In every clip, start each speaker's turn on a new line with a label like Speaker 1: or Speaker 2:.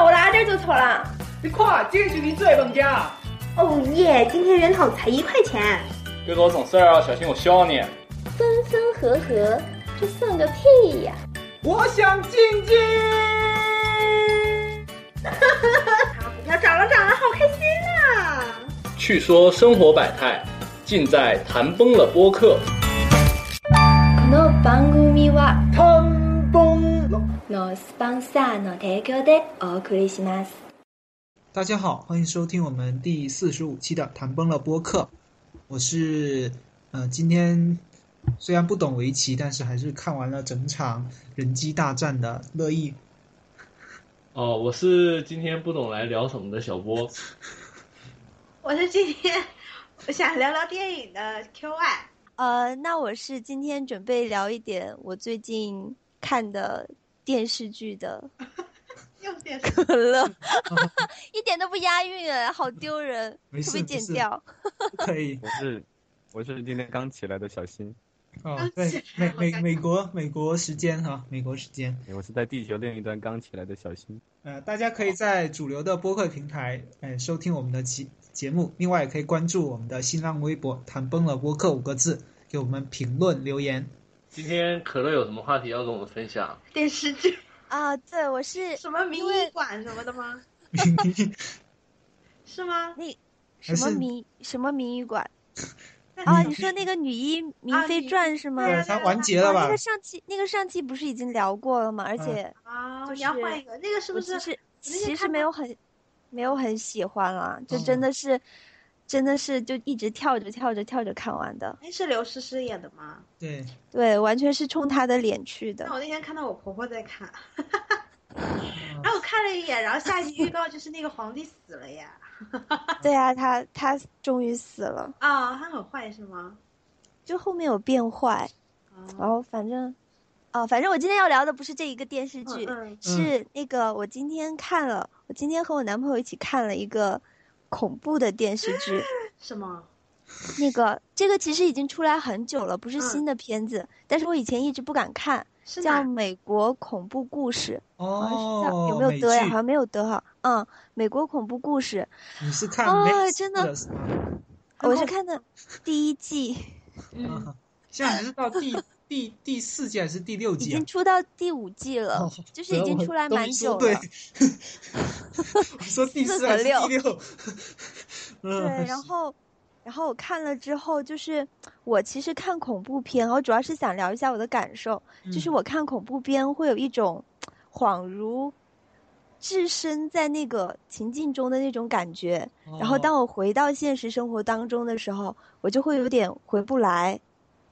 Speaker 1: 球啦！
Speaker 2: 你快，这是你最本家。
Speaker 3: 哦耶！今天人头才一块钱。
Speaker 4: 别给我整事儿啊，小心我削你！
Speaker 5: 分分合合，这算个屁呀、
Speaker 2: 我想静静。
Speaker 3: 好，股票涨了涨了，好开心呐、
Speaker 4: 去说生活百态，尽在谈崩了播客。
Speaker 5: この番組は
Speaker 2: 谈崩了。
Speaker 5: のスポンサーの提供でお送りします。
Speaker 6: 大家好，欢迎收听我们第四十五期的《谈崩了》播客。我是呃，今天虽然不懂围棋，但是还是看完了整场人机大战的乐意。
Speaker 7: 哦，我是今天不懂来聊什么的小波。
Speaker 3: 我是今天我想聊聊电影的 QY。
Speaker 8: 呃，那我是今天准备聊一点我最近看的电视剧的，
Speaker 3: 又变成
Speaker 8: 可乐，一点都不押韵哎，好丢人，
Speaker 6: 没
Speaker 8: 会
Speaker 6: 事
Speaker 8: 不会
Speaker 6: 没
Speaker 8: 剪
Speaker 6: 事
Speaker 8: 掉？
Speaker 6: 可以
Speaker 9: 我是我是今天刚起来的小新，
Speaker 6: 哦
Speaker 3: 刚，起
Speaker 6: 对，美
Speaker 3: 来
Speaker 6: 美
Speaker 3: 好尴
Speaker 6: 美
Speaker 3: 尬
Speaker 6: 国美国时间哈、美国时间。
Speaker 9: 我是在地球另一端刚起来的小新。
Speaker 6: 呃，大家可以在主流的播客平台呃收听我们的节节目，另外也可以关注我们的新浪微博“谈崩了播客”五个字，给我们评论留言。
Speaker 7: 今天可乐有什么话题要跟我们分享？
Speaker 3: 电视剧，
Speaker 8: 啊，对，我是
Speaker 3: 什么民
Speaker 8: 因为
Speaker 3: 医馆什么的吗？ 是吗？
Speaker 8: 什
Speaker 6: 是
Speaker 8: 么民什么民医馆
Speaker 3: 那
Speaker 8: 啊？
Speaker 6: 你
Speaker 8: 你说那个女医《明
Speaker 3: 啊
Speaker 8: 妃
Speaker 3: 女
Speaker 8: 传》是吗？
Speaker 3: 对
Speaker 6: 对，
Speaker 3: 啊
Speaker 8: 啊，
Speaker 6: 呃它完结了吧
Speaker 8: 那？个上期那个上期不是已经聊过了吗？而
Speaker 6: 嗯
Speaker 8: 且
Speaker 3: 啊，
Speaker 8: 就
Speaker 3: 你要
Speaker 8: 是
Speaker 3: 换一个，那个是
Speaker 8: 我
Speaker 3: 不
Speaker 8: 其
Speaker 3: 是？
Speaker 8: 实
Speaker 3: 那天
Speaker 8: 其实
Speaker 3: 看
Speaker 8: 没
Speaker 3: 到
Speaker 8: 有很没有很喜欢啦，就真
Speaker 6: 嗯
Speaker 8: 的是真的是就一直跳着跳着跳着看完的。
Speaker 3: 哎，是刘诗诗演的吗？
Speaker 6: 对，
Speaker 8: 对，完全是冲他的脸去的
Speaker 3: 那。我那天看到我婆婆在 看，然后我看了一眼，然后下一集预告就是那个皇帝死了耶！
Speaker 8: 对啊，他他终于死了，
Speaker 3: 啊，他很坏是吗？
Speaker 8: 就后面有变坏，然
Speaker 3: 啊，
Speaker 8: 后反正，啊，反正我今天要聊的不是这一个电视剧，
Speaker 3: 嗯
Speaker 8: 是那个我今天看了，我今天和我男朋友一起看了一个恐怖的电视 剧，
Speaker 3: 嗯，什么？
Speaker 8: 那个这个其实已经出来很久了，不是
Speaker 3: 嗯啊
Speaker 8: 新的片子，但是我以前一直不敢看，
Speaker 3: 是
Speaker 8: 叫
Speaker 3: 哪？
Speaker 8: 《美国恐怖故事》，好像是叫
Speaker 6: 哦，
Speaker 8: 有没有
Speaker 6: 美
Speaker 8: 得呀？
Speaker 6: 剧
Speaker 8: 好像没有得哈，嗯，《美国恐怖故事》，
Speaker 6: 你是看
Speaker 8: 啊
Speaker 6: Max
Speaker 8: 真的
Speaker 6: 或者是啊
Speaker 8: 我是看
Speaker 3: 啊
Speaker 8: 的第一季。
Speaker 3: 嗯，
Speaker 6: 啊现在还是到第 第第四季还是第六
Speaker 8: 已
Speaker 6: 季啊
Speaker 8: 经？出到第五季了，
Speaker 6: 哦
Speaker 8: 就是已经出来
Speaker 6: 都没
Speaker 8: 蛮
Speaker 6: 说
Speaker 8: 久
Speaker 6: 对
Speaker 8: 了。，
Speaker 6: 我说第四
Speaker 8: 四和
Speaker 6: 还是
Speaker 8: 六
Speaker 6: 第六？ 嗯，还
Speaker 8: 然
Speaker 6: 是
Speaker 8: 后，然后我看了之后，就是我其实看恐怖片，我主要是想聊一下我的感受，就是
Speaker 6: 嗯
Speaker 8: 我看恐怖片会有一种恍如置身在那个情境中的那种感觉，然后
Speaker 6: 哦
Speaker 8: 当我回到现实生活当中的时候，我就会有点回不来，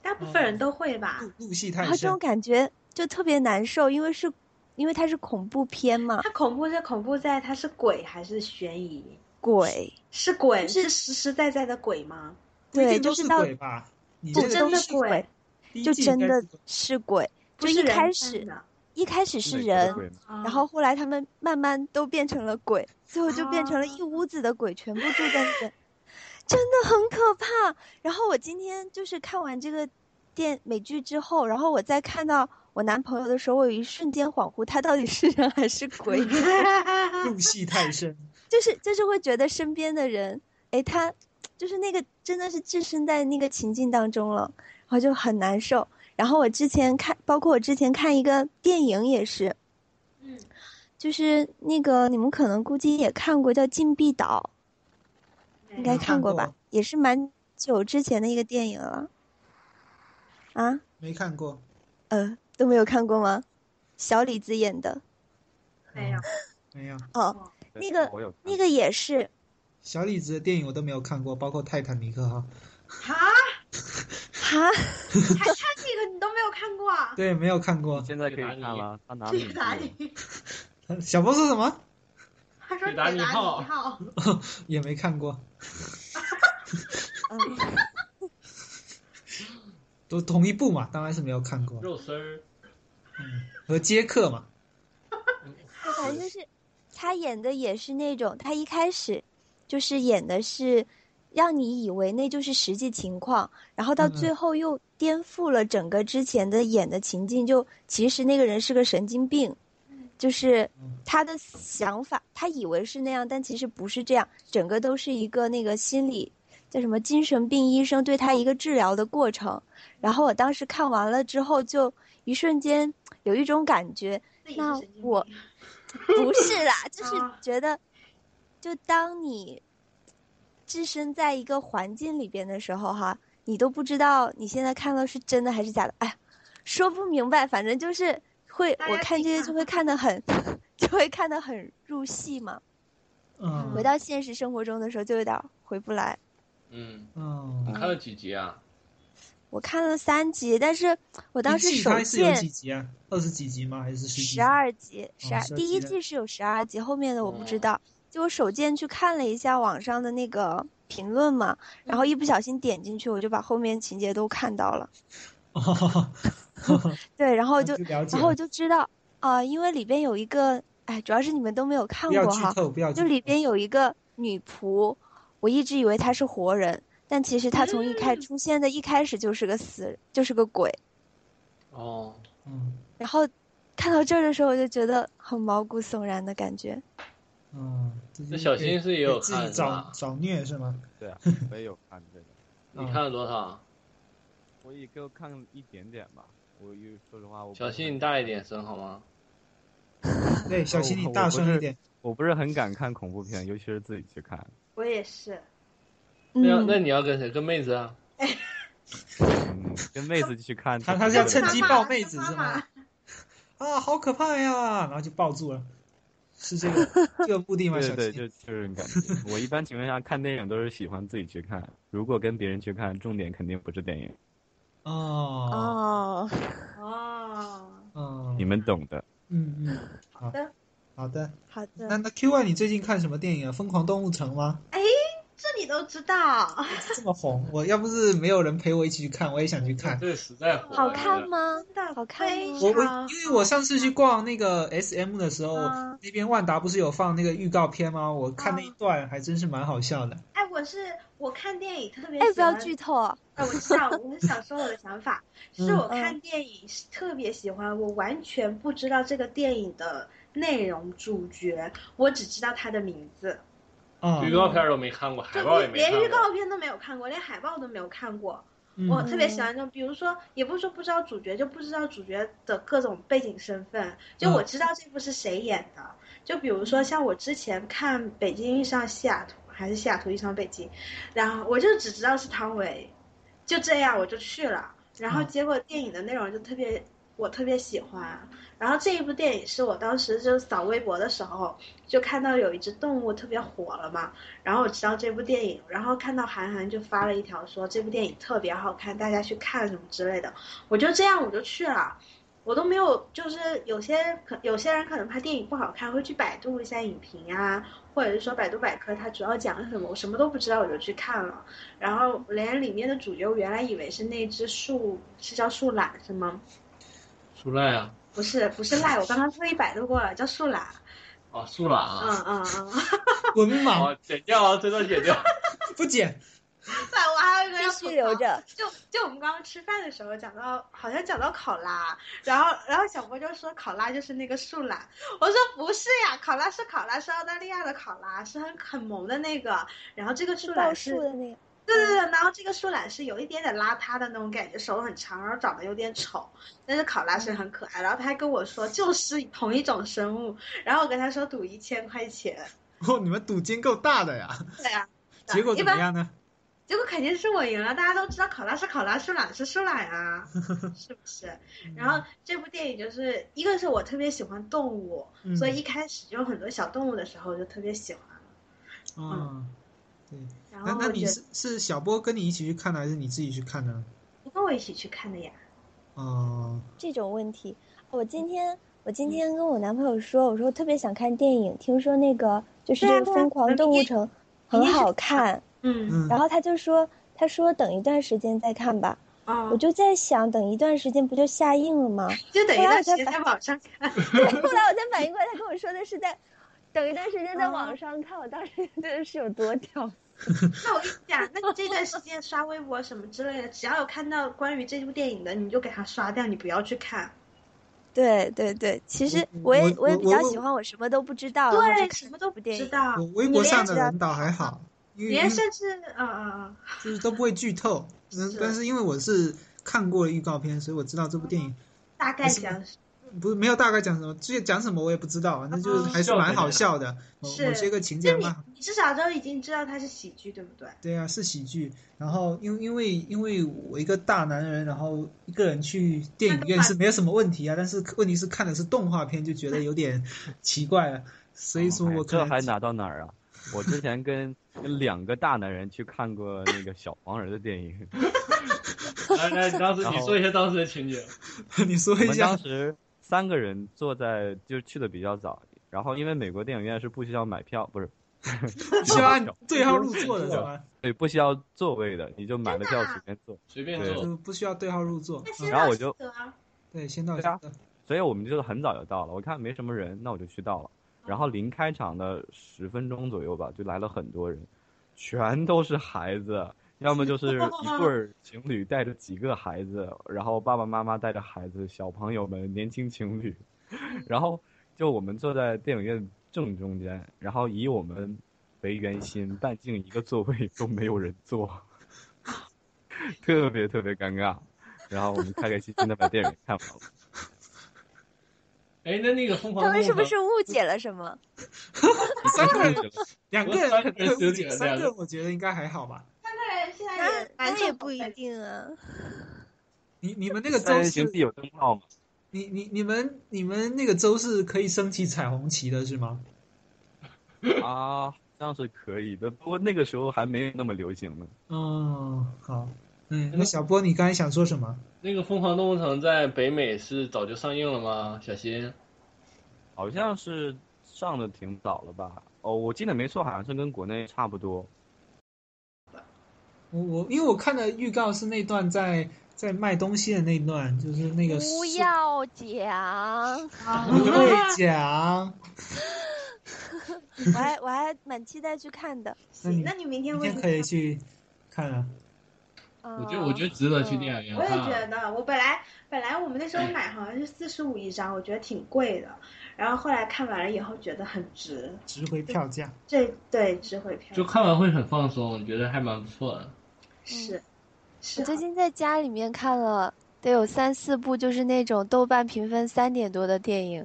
Speaker 3: 大部分人都会吧。
Speaker 6: 入入戏
Speaker 8: 然
Speaker 6: 太
Speaker 8: 后这
Speaker 6: 深
Speaker 8: 种，感觉就特别难受，因为是，因为它是恐怖片嘛，
Speaker 3: 他恐怖是恐怖在他是鬼还是悬疑？
Speaker 8: 鬼。
Speaker 3: 是鬼，
Speaker 8: 就
Speaker 3: 是
Speaker 8: 是
Speaker 3: 实实在在的鬼吗？
Speaker 6: 不一
Speaker 8: 对
Speaker 6: 定
Speaker 8: 就
Speaker 6: 都
Speaker 8: 是
Speaker 6: 是
Speaker 8: 到哦
Speaker 6: 鬼吧？你
Speaker 8: 不
Speaker 6: 这个
Speaker 3: 真
Speaker 6: 第
Speaker 3: 的
Speaker 6: 一季
Speaker 3: 鬼
Speaker 6: 第一
Speaker 8: 就
Speaker 6: 季应
Speaker 8: 真
Speaker 6: 该
Speaker 8: 的
Speaker 6: 是鬼
Speaker 8: 是鬼，
Speaker 3: 不
Speaker 8: 就是一
Speaker 3: 人
Speaker 8: 开
Speaker 3: 干
Speaker 8: 始
Speaker 3: 的，啊
Speaker 8: 一开始是
Speaker 9: 美国
Speaker 8: 人，
Speaker 9: 鬼吗
Speaker 3: 然
Speaker 8: 然后后来他们慢慢都变成了鬼，最后就变成了一
Speaker 3: 啊
Speaker 8: 屋子的鬼，全部住在那边，真的很可怕。然后我今天就是看完这个电美剧之后，然后我再看到我男朋友的时候，我有一瞬间恍惚，他到底是人还是鬼？
Speaker 6: 入戏太深，
Speaker 8: 就是就是会觉得身边的人，哎，他就是那个真的是置身在那个情境当中了，然后就很难受。然后我之前看，包括我之前看一个电影也是，
Speaker 3: 嗯，
Speaker 8: 就是那个你们可能估计也看过，叫《禁闭岛》，应该
Speaker 6: 没看
Speaker 8: 过吧？
Speaker 6: 过
Speaker 8: 也是蛮久之前的一个电影了。啊，
Speaker 6: 没看过。
Speaker 8: 呃，都没有看过吗？小李子演的
Speaker 3: 没有
Speaker 6: 嗯，没有。
Speaker 8: 哦，那个
Speaker 9: 我有看
Speaker 8: 那个也是，
Speaker 6: 小李子的电影我都没有看过，包括《泰坦尼克》哈。
Speaker 3: 哈，
Speaker 8: 哈，
Speaker 3: 还看啊这个你都没有看过啊？
Speaker 6: 对，没有看过。
Speaker 9: 现在可以看了，他哪里
Speaker 3: 去哪 里？
Speaker 6: 小波说什么？
Speaker 3: 他说
Speaker 7: 铁达
Speaker 3: 铁
Speaker 7: 尼
Speaker 3: 达尼
Speaker 7: 号
Speaker 3: 号，
Speaker 6: 也没看过，
Speaker 8: 嗯，
Speaker 6: 都同一部嘛，当然是没有看过。
Speaker 7: 肉丝儿，
Speaker 6: 嗯，和接客嘛，
Speaker 8: 对反正就是他演的也是那种，他一开始就是演的是让你以为那就是实际情况，然后到
Speaker 6: 嗯嗯
Speaker 8: 最后又
Speaker 6: 嗯
Speaker 8: 颠覆了整个之前的演的情境，就其实那个人是个神经病，就是他的想法，他以为是那样，但其实不是这样，整个都是一个那个心理叫什么精神病医生对他一个治疗的过程。然后我当时看完了之后，就一瞬间有一种感觉，
Speaker 3: 自己是
Speaker 8: 那
Speaker 3: 神经
Speaker 8: 我
Speaker 3: 病
Speaker 8: 不是啦，就是
Speaker 3: 啊
Speaker 8: 觉得，就当你置身在一个环境里边的时候，哈，你都不知道你现在看到是真的还是假的，哎呀，说不明白，反正就是会
Speaker 3: 大，
Speaker 8: 我
Speaker 3: 家
Speaker 8: 看
Speaker 3: 自
Speaker 8: 这
Speaker 3: 己
Speaker 8: 些
Speaker 3: 看
Speaker 8: 就会看得很， 就会看得很入戏嘛。
Speaker 6: 嗯
Speaker 8: 回到现实生活中的时候，就有点回不来。
Speaker 7: 嗯，你
Speaker 6: 嗯，
Speaker 7: 看了几集啊？
Speaker 8: 我看了三集，但是我当时
Speaker 6: 一季
Speaker 8: 手
Speaker 6: 它是有
Speaker 8: 贱
Speaker 6: 几集啊？二十几集吗？还是十几集？
Speaker 8: 十二集，十二、
Speaker 6: 12
Speaker 8: 第
Speaker 6: 集
Speaker 8: 一
Speaker 6: 的
Speaker 8: 季是有十二集，后面的我不知
Speaker 7: 哦
Speaker 8: 道。就我手贱去看了一下网上的那个评论嘛，
Speaker 6: 嗯
Speaker 8: 然后一不小心点进去，我就把后面情节都看到了。
Speaker 6: 哦，
Speaker 8: 对，然后我
Speaker 6: 那
Speaker 8: 就，
Speaker 6: 哦就了解
Speaker 8: 然后我
Speaker 6: 了
Speaker 8: 就知道啊、因为里边有一个，哎，主要是你们都没有 看
Speaker 6: 不要
Speaker 8: 过
Speaker 6: 剧
Speaker 8: 哈，
Speaker 6: 透，不要剧
Speaker 8: 就
Speaker 6: 透。
Speaker 8: 里边有一个女仆，我一直以为她是活人，但其实她从一
Speaker 6: 嗯
Speaker 8: 开出现的一开始就是个死，就是个鬼。
Speaker 7: 哦，
Speaker 6: 嗯
Speaker 8: 然后看到这儿的时候，我就觉得很毛骨悚然的感觉。
Speaker 6: 嗯，这
Speaker 7: 那
Speaker 6: 就是
Speaker 7: 小
Speaker 6: 给
Speaker 7: 新是也
Speaker 6: 给
Speaker 7: 有
Speaker 6: 自己
Speaker 7: 看是
Speaker 6: 找
Speaker 7: 吧？
Speaker 6: 找虐是 吗？
Speaker 9: 对啊，我也有看这个，
Speaker 7: 你看了多少？
Speaker 9: 我也就看一点点吧。我又说实话，我不
Speaker 7: 小
Speaker 9: 是
Speaker 7: 新，
Speaker 9: 很
Speaker 7: 你大一点声好吗？
Speaker 6: 对，小新
Speaker 9: 我
Speaker 6: 你
Speaker 9: 我
Speaker 6: 大
Speaker 9: 不
Speaker 6: 声一
Speaker 9: 是
Speaker 6: 点。
Speaker 9: 我不是很敢看恐怖片，尤其是自己去看。
Speaker 3: 我也是，
Speaker 7: 那要
Speaker 8: 嗯
Speaker 7: 那你要跟谁？跟妹子啊？
Speaker 9: 嗯，跟妹子去看就
Speaker 6: 他
Speaker 9: 不对
Speaker 6: 他
Speaker 9: 了，
Speaker 6: 是要趁
Speaker 3: 妈
Speaker 6: 机
Speaker 3: 妈
Speaker 6: 抱妹子
Speaker 3: 妈
Speaker 6: 是
Speaker 3: 妈
Speaker 6: 吗？啊，好可怕呀！然后就抱住了，是这 个这个目的吗？
Speaker 9: 对
Speaker 6: 小
Speaker 9: 对，
Speaker 6: 新
Speaker 9: 就就是感觉。我一般情况下看电影都是喜欢自己去看，如果跟别人去看，重点肯定不是电影，
Speaker 6: 哦，
Speaker 8: 哦，
Speaker 3: 哦，
Speaker 6: 嗯，
Speaker 9: 你们懂的。
Speaker 6: 嗯嗯，好
Speaker 3: 的
Speaker 6: 好的。
Speaker 8: 好
Speaker 6: 那
Speaker 8: 的，
Speaker 6: 那 Q 啊，你最近看什么电影啊？《疯狂动物城》吗？
Speaker 3: 这你都知 道，
Speaker 6: 这么红，我要不是没有人陪我一起去看，我也想去看。
Speaker 7: 这实在火啊。
Speaker 8: 好
Speaker 7: 这
Speaker 8: 看
Speaker 7: 个？
Speaker 8: 吗？
Speaker 3: 真的
Speaker 8: 好看哦
Speaker 3: 非
Speaker 8: 吗
Speaker 6: 我我
Speaker 3: 常
Speaker 6: 因为我上次去逛那个 S M 的时候，
Speaker 8: 啊
Speaker 3: 嗯
Speaker 6: 那边万达不是有放那个预告片吗？我看那一段还真是蛮好笑的。
Speaker 3: 哎，我是我看电影特别喜
Speaker 8: 哎，
Speaker 3: 欢，
Speaker 8: 不要剧透啊！
Speaker 3: 哎，我知道，我想说我的想 法，是
Speaker 6: 嗯
Speaker 3: 我看电影是特别喜欢，我完全不知道这个电影的内容、主角，我只知道它的名字，
Speaker 6: 啊、
Speaker 7: 预告片都没看过，海
Speaker 3: 就
Speaker 7: 报也
Speaker 3: 你
Speaker 7: 没
Speaker 3: 连
Speaker 7: 看
Speaker 3: 预
Speaker 7: 过。
Speaker 3: 告片都没有看过，连海报都没有看过。
Speaker 6: 嗯
Speaker 3: 我特别喜欢这种，比如说，也不是说不知道主角，就不知道主角的各种背景身份。就
Speaker 6: 嗯
Speaker 3: 我知道这部是谁演的，就比如说像我之前看《北京遇上西雅图》，还是《西雅图遇上北京》，然后我就只知道是汤唯，就这样我就去了。然后
Speaker 6: 嗯
Speaker 3: 结果电影的内容就特别，我特别喜欢。然后这一部电影是我当时就扫微博的时候，就看到有一只动物特别火了嘛，然后我知道这部电影，然后看到韩寒就发了一条说这部电影特别好看，大家去看什么之类的，我就这样我就去了，我都没有就是有些可有些人可能怕电影不好看会去百度一下影评啊，或者是说百度百科它主要讲了什么，我什么都不知道我就去看了，然后连里面的主角我原来以为是那只树是叫树懒是吗？
Speaker 7: 苏赖啊，
Speaker 3: 不是不是赖，我刚刚特意百度过了，叫树懒，
Speaker 7: 啊苏懒
Speaker 3: 嗯
Speaker 7: 啊，
Speaker 3: 嗯嗯，
Speaker 6: 文盲
Speaker 7: 哦，剪掉啊，这段剪掉。
Speaker 6: 不剪，
Speaker 3: 反正我还有一个要
Speaker 8: 必
Speaker 3: 吐槽
Speaker 8: 须留着。
Speaker 3: 就就我们刚刚吃饭的时候讲到，好像讲到考拉，然后然后小波就说考拉就是那个树懒，我说不是呀，考拉是考拉，是澳大利亚的考拉，是很很萌的那个，然后这个树
Speaker 8: 报
Speaker 3: 懒是
Speaker 8: 数的那个，
Speaker 3: 对对对，然后这个树懒是有一点点邋遢的那种感觉，手很长，然后长得有点丑，但是考拉是很可爱，然后他还跟我说就是同一种生物，然后我跟他说赌一千块钱，
Speaker 6: 哦，你们赌金够大的呀！
Speaker 3: 对啊，
Speaker 6: 结果
Speaker 3: 一
Speaker 6: 怎么
Speaker 3: 般
Speaker 6: 样呢？
Speaker 3: 结果肯定是我赢了，大家都知道考拉是考拉，树懒是树懒 啊，是不是？然后这部电影就是一个是我特别喜欢动物，
Speaker 6: 嗯
Speaker 3: 所以一开始有很多小动物的时候我就特别喜欢。
Speaker 6: 嗯，对，
Speaker 3: 然
Speaker 6: 那
Speaker 3: 后
Speaker 6: 那
Speaker 3: 我
Speaker 6: 你
Speaker 3: 觉得
Speaker 6: 是是小波跟你一起去看的，还是你自己去看的呢？
Speaker 3: 不跟我一起去看的呀，
Speaker 6: 哦，
Speaker 8: 这种问题，我今天我今天跟我男朋友说，我说我特别想看电影，听说那个就是
Speaker 3: 对啊
Speaker 8: 这个《
Speaker 3: 对啊
Speaker 8: 疯狂动物城》
Speaker 3: 明
Speaker 8: 很
Speaker 3: 天
Speaker 8: 好看，
Speaker 3: 嗯，
Speaker 6: 嗯，
Speaker 8: 然后他就说他说等一段时间再看吧，
Speaker 3: 啊、
Speaker 8: 我就在想等一段时间不就下映了吗？
Speaker 3: 就等一段时
Speaker 8: 后来我才
Speaker 3: 间
Speaker 8: 发
Speaker 3: 在网上 看，
Speaker 8: 对，后来我才反应过来，他跟我说的是在等一段时间在网上看，我当时觉得是有多屌。
Speaker 3: 那我跟你讲，那你这段时间刷微博什么之类的，只要有看到关于这部电影的，你就给它刷掉，你不要去看。
Speaker 8: 对对对，其实嗯我
Speaker 6: 我
Speaker 8: 也
Speaker 6: 我
Speaker 8: 也比较
Speaker 6: 我
Speaker 8: 喜欢我什么都不知道，然后哦就
Speaker 3: 对，
Speaker 8: 看
Speaker 3: 什么都不
Speaker 8: 部电
Speaker 3: 知
Speaker 8: 影。
Speaker 3: 道
Speaker 6: 我，微博
Speaker 3: 连
Speaker 6: 上的
Speaker 8: 知道
Speaker 6: 人倒还好，因为因
Speaker 3: 连
Speaker 6: 为
Speaker 3: 甚至嗯嗯嗯，
Speaker 6: 就是都不会剧透。嗯
Speaker 3: 是
Speaker 6: 但是因为我是看过预告片，所以我知道这部电影
Speaker 3: 大概讲
Speaker 6: 不是没有大概讲什么，至于讲什么我也不知道，反正
Speaker 3: 哦
Speaker 6: 就是还是蛮好笑的，某
Speaker 3: 是
Speaker 6: 某些个情节
Speaker 3: 就
Speaker 6: 还
Speaker 3: 你
Speaker 6: 蛮好。
Speaker 3: 你至少都已经知道它是喜剧，对不对？
Speaker 6: 对啊，是喜剧。然后因为因为因为我一个大男人，然后一个人去电影院是没有什么问题啊，但是问题是看的是动画片，就觉得有点奇怪了。所以说
Speaker 9: 哎
Speaker 6: 我可
Speaker 9: 这还
Speaker 6: 能
Speaker 9: 拿到哪儿啊？我之前跟跟两个大男人去看过那个小黄人的 电影，
Speaker 7: 来来，当时
Speaker 9: 然
Speaker 7: 你
Speaker 9: 后
Speaker 7: 说一下当时的情景。
Speaker 6: 你说
Speaker 9: 我
Speaker 6: 一
Speaker 9: 们
Speaker 6: 下
Speaker 9: 当，时三个人坐在，就是去的比较早，然后因为美国电影院是不需要买票，不是，
Speaker 6: 需要 按对啊号入座的是吧？
Speaker 9: 对，不需要座位的，你就买了
Speaker 3: 真的
Speaker 9: 票
Speaker 3: 啊
Speaker 9: 随便坐。
Speaker 7: 随便
Speaker 9: 对
Speaker 6: 就
Speaker 7: 做，
Speaker 6: 是不需要对号入座
Speaker 3: 那。先
Speaker 9: 然后
Speaker 3: 到
Speaker 9: 我
Speaker 3: 先
Speaker 9: 就
Speaker 3: 得啊
Speaker 6: 对，先到
Speaker 9: 对啊
Speaker 6: 先到
Speaker 9: 所以我们就很早就到了。我看没什么人，那我就去到了。然后临开场的十分钟左右吧，就来了很多人，全都是孩子，要么就是一对儿情侣带着几个孩子，然后爸爸妈妈带着孩子、小朋友们、年轻情侣， 然后就我们坐在电影院正中间，然后以我们为圆心，半径一个座位都没有人坐，特别特别尴尬。然后我们开开心心的把电影看完了。
Speaker 7: 哎，那那个疯狂
Speaker 8: 他
Speaker 7: 动
Speaker 8: 们
Speaker 7: 物
Speaker 8: 是不
Speaker 7: 城
Speaker 8: 是误解了什么？
Speaker 6: 三个人，两个人
Speaker 7: 三
Speaker 6: 肯
Speaker 7: 个人
Speaker 6: 定会误
Speaker 7: 有
Speaker 6: 解，
Speaker 7: 点
Speaker 6: 三
Speaker 7: 两
Speaker 6: 个
Speaker 7: 个
Speaker 6: 人我觉得应该还好吧。
Speaker 3: 三个人现在
Speaker 8: 那
Speaker 3: 也蛮
Speaker 8: 那也
Speaker 3: 受
Speaker 8: 不一
Speaker 3: 欢迎
Speaker 8: 定 啊。
Speaker 6: 你你们那个
Speaker 9: 三
Speaker 6: 州
Speaker 9: 人
Speaker 6: 是
Speaker 9: 行，必有灯 泡嘛。
Speaker 6: 你你你们你们那个州是可以升起彩虹旗的是吗？
Speaker 9: 啊，这样是可以的，不过那个时候还没有那么流行呢。
Speaker 6: 嗯，好，嗯，那小波，你刚才想说什么？
Speaker 7: 那个疯狂动物城在北美是早就上映了吗？小新，
Speaker 9: 好像是上的挺早了吧？哦，我记得没错，好像是跟国内差不多。
Speaker 6: 我我因为我看的预告是那段在在卖东西的那一段，就是那个
Speaker 8: 不
Speaker 6: 是
Speaker 8: 要 讲，
Speaker 6: 不会讲，
Speaker 8: 我还我还蛮期待去看的。
Speaker 6: 那你
Speaker 3: 行，那你明天
Speaker 6: 明
Speaker 3: 会
Speaker 6: 天可以去看啊。
Speaker 8: 我
Speaker 7: 我觉得
Speaker 8: 啊
Speaker 7: 我觉得值得去电影院
Speaker 3: 我也
Speaker 7: 看。啊
Speaker 3: 觉得，我本来本来我们那时候买好像是四十五一张，我觉得挺贵的，然后后来看完了以后觉得很值，
Speaker 6: 值回票价，
Speaker 3: 这对值回票
Speaker 7: 就看完会很放松，觉得还蛮不错的。
Speaker 3: 是是
Speaker 8: 嗯我最
Speaker 3: 啊，
Speaker 8: 近在家里面看了得有三四部，就是那种豆瓣评分三点多的电 影，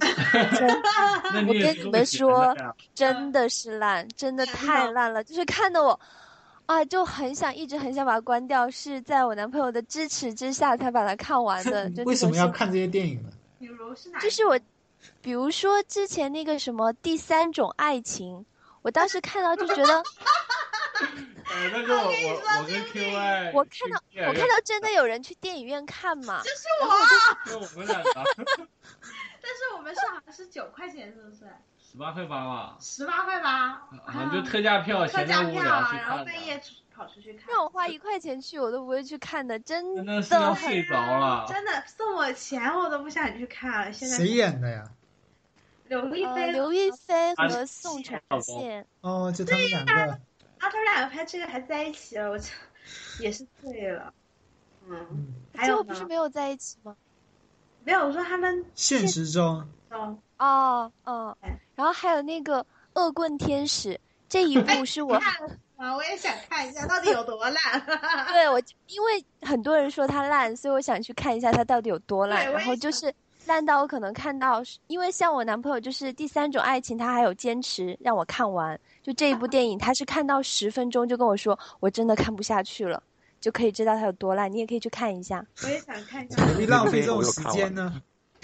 Speaker 7: 那你
Speaker 8: 我
Speaker 7: 也
Speaker 8: 跟
Speaker 7: 是这
Speaker 8: 你
Speaker 7: 么
Speaker 8: 们
Speaker 7: 喜欢
Speaker 8: 说
Speaker 7: 的呀，
Speaker 3: 嗯
Speaker 8: 真的是烂，真的
Speaker 3: 真的
Speaker 8: 太烂了，就是看得我。啊，就很想一直很想把它关掉，是在我男朋友的支持之下才把它看完 的。就
Speaker 6: 为
Speaker 8: 那
Speaker 6: 什
Speaker 8: 种
Speaker 6: 么要
Speaker 8: 心
Speaker 6: 看这些电影呢？
Speaker 3: 比如是哪一个？
Speaker 8: 就是我，比如说之前那个什么第三种爱情，我当时看到就觉得，
Speaker 7: 哎，那个我我我跟 QY，
Speaker 8: 我看到我看到真的有人去电影院看嘛，
Speaker 3: 是我，
Speaker 7: 到我们俩拿
Speaker 3: 但是我们是好像是九块钱，是不是？
Speaker 7: 十八块八吧，
Speaker 3: 十八块八，
Speaker 7: 啊，就特价票，
Speaker 3: 特
Speaker 7: 闲
Speaker 3: 价
Speaker 7: 着无
Speaker 3: 票，啊
Speaker 7: 聊去
Speaker 3: 然
Speaker 7: 看的。
Speaker 3: 后半夜出跑出去看，
Speaker 8: 让我花一块钱去我都不会去看的，真
Speaker 7: 真的是
Speaker 8: 的
Speaker 7: 要
Speaker 8: 很
Speaker 7: 睡着了。
Speaker 3: 真的送我钱我都不想去看了。现在
Speaker 6: 谁演的呀？
Speaker 3: 刘亦
Speaker 8: 呃，
Speaker 3: 菲，
Speaker 8: 刘亦菲
Speaker 7: 啊
Speaker 8: 和宋承
Speaker 7: 老公
Speaker 8: 宪，
Speaker 6: 哦，就他们两个。
Speaker 3: 然后啊他们两个拍这个还在一起了，我操， 也是醉了。嗯，
Speaker 6: 嗯，
Speaker 3: 还
Speaker 8: 最
Speaker 3: 有
Speaker 8: 后
Speaker 3: 呢
Speaker 8: 不是没有在一起吗？
Speaker 3: 没有我说他们
Speaker 6: 现实中
Speaker 3: 哦，
Speaker 8: 哦哦
Speaker 3: 哎，
Speaker 8: 然后还有那个《恶棍天使》这一部是我
Speaker 3: 哎看了啊吗？我也想看一下到底有多烂。
Speaker 8: 对我就，因为很多人说它烂，所以我想去看一下它到底有多烂。
Speaker 3: 对我
Speaker 8: 然
Speaker 3: 也
Speaker 8: 后就是烂到我可能看到是，因为像我男朋友就是第三种爱情，他还有坚持让我看完。就这
Speaker 3: 嗯
Speaker 8: 一部电影，他是看到十分钟就跟我说，我真的看不下去了，就可以知道它有多烂。你也可以去看一下。
Speaker 3: 我也想看一下。
Speaker 6: 何必浪费这种时间呢？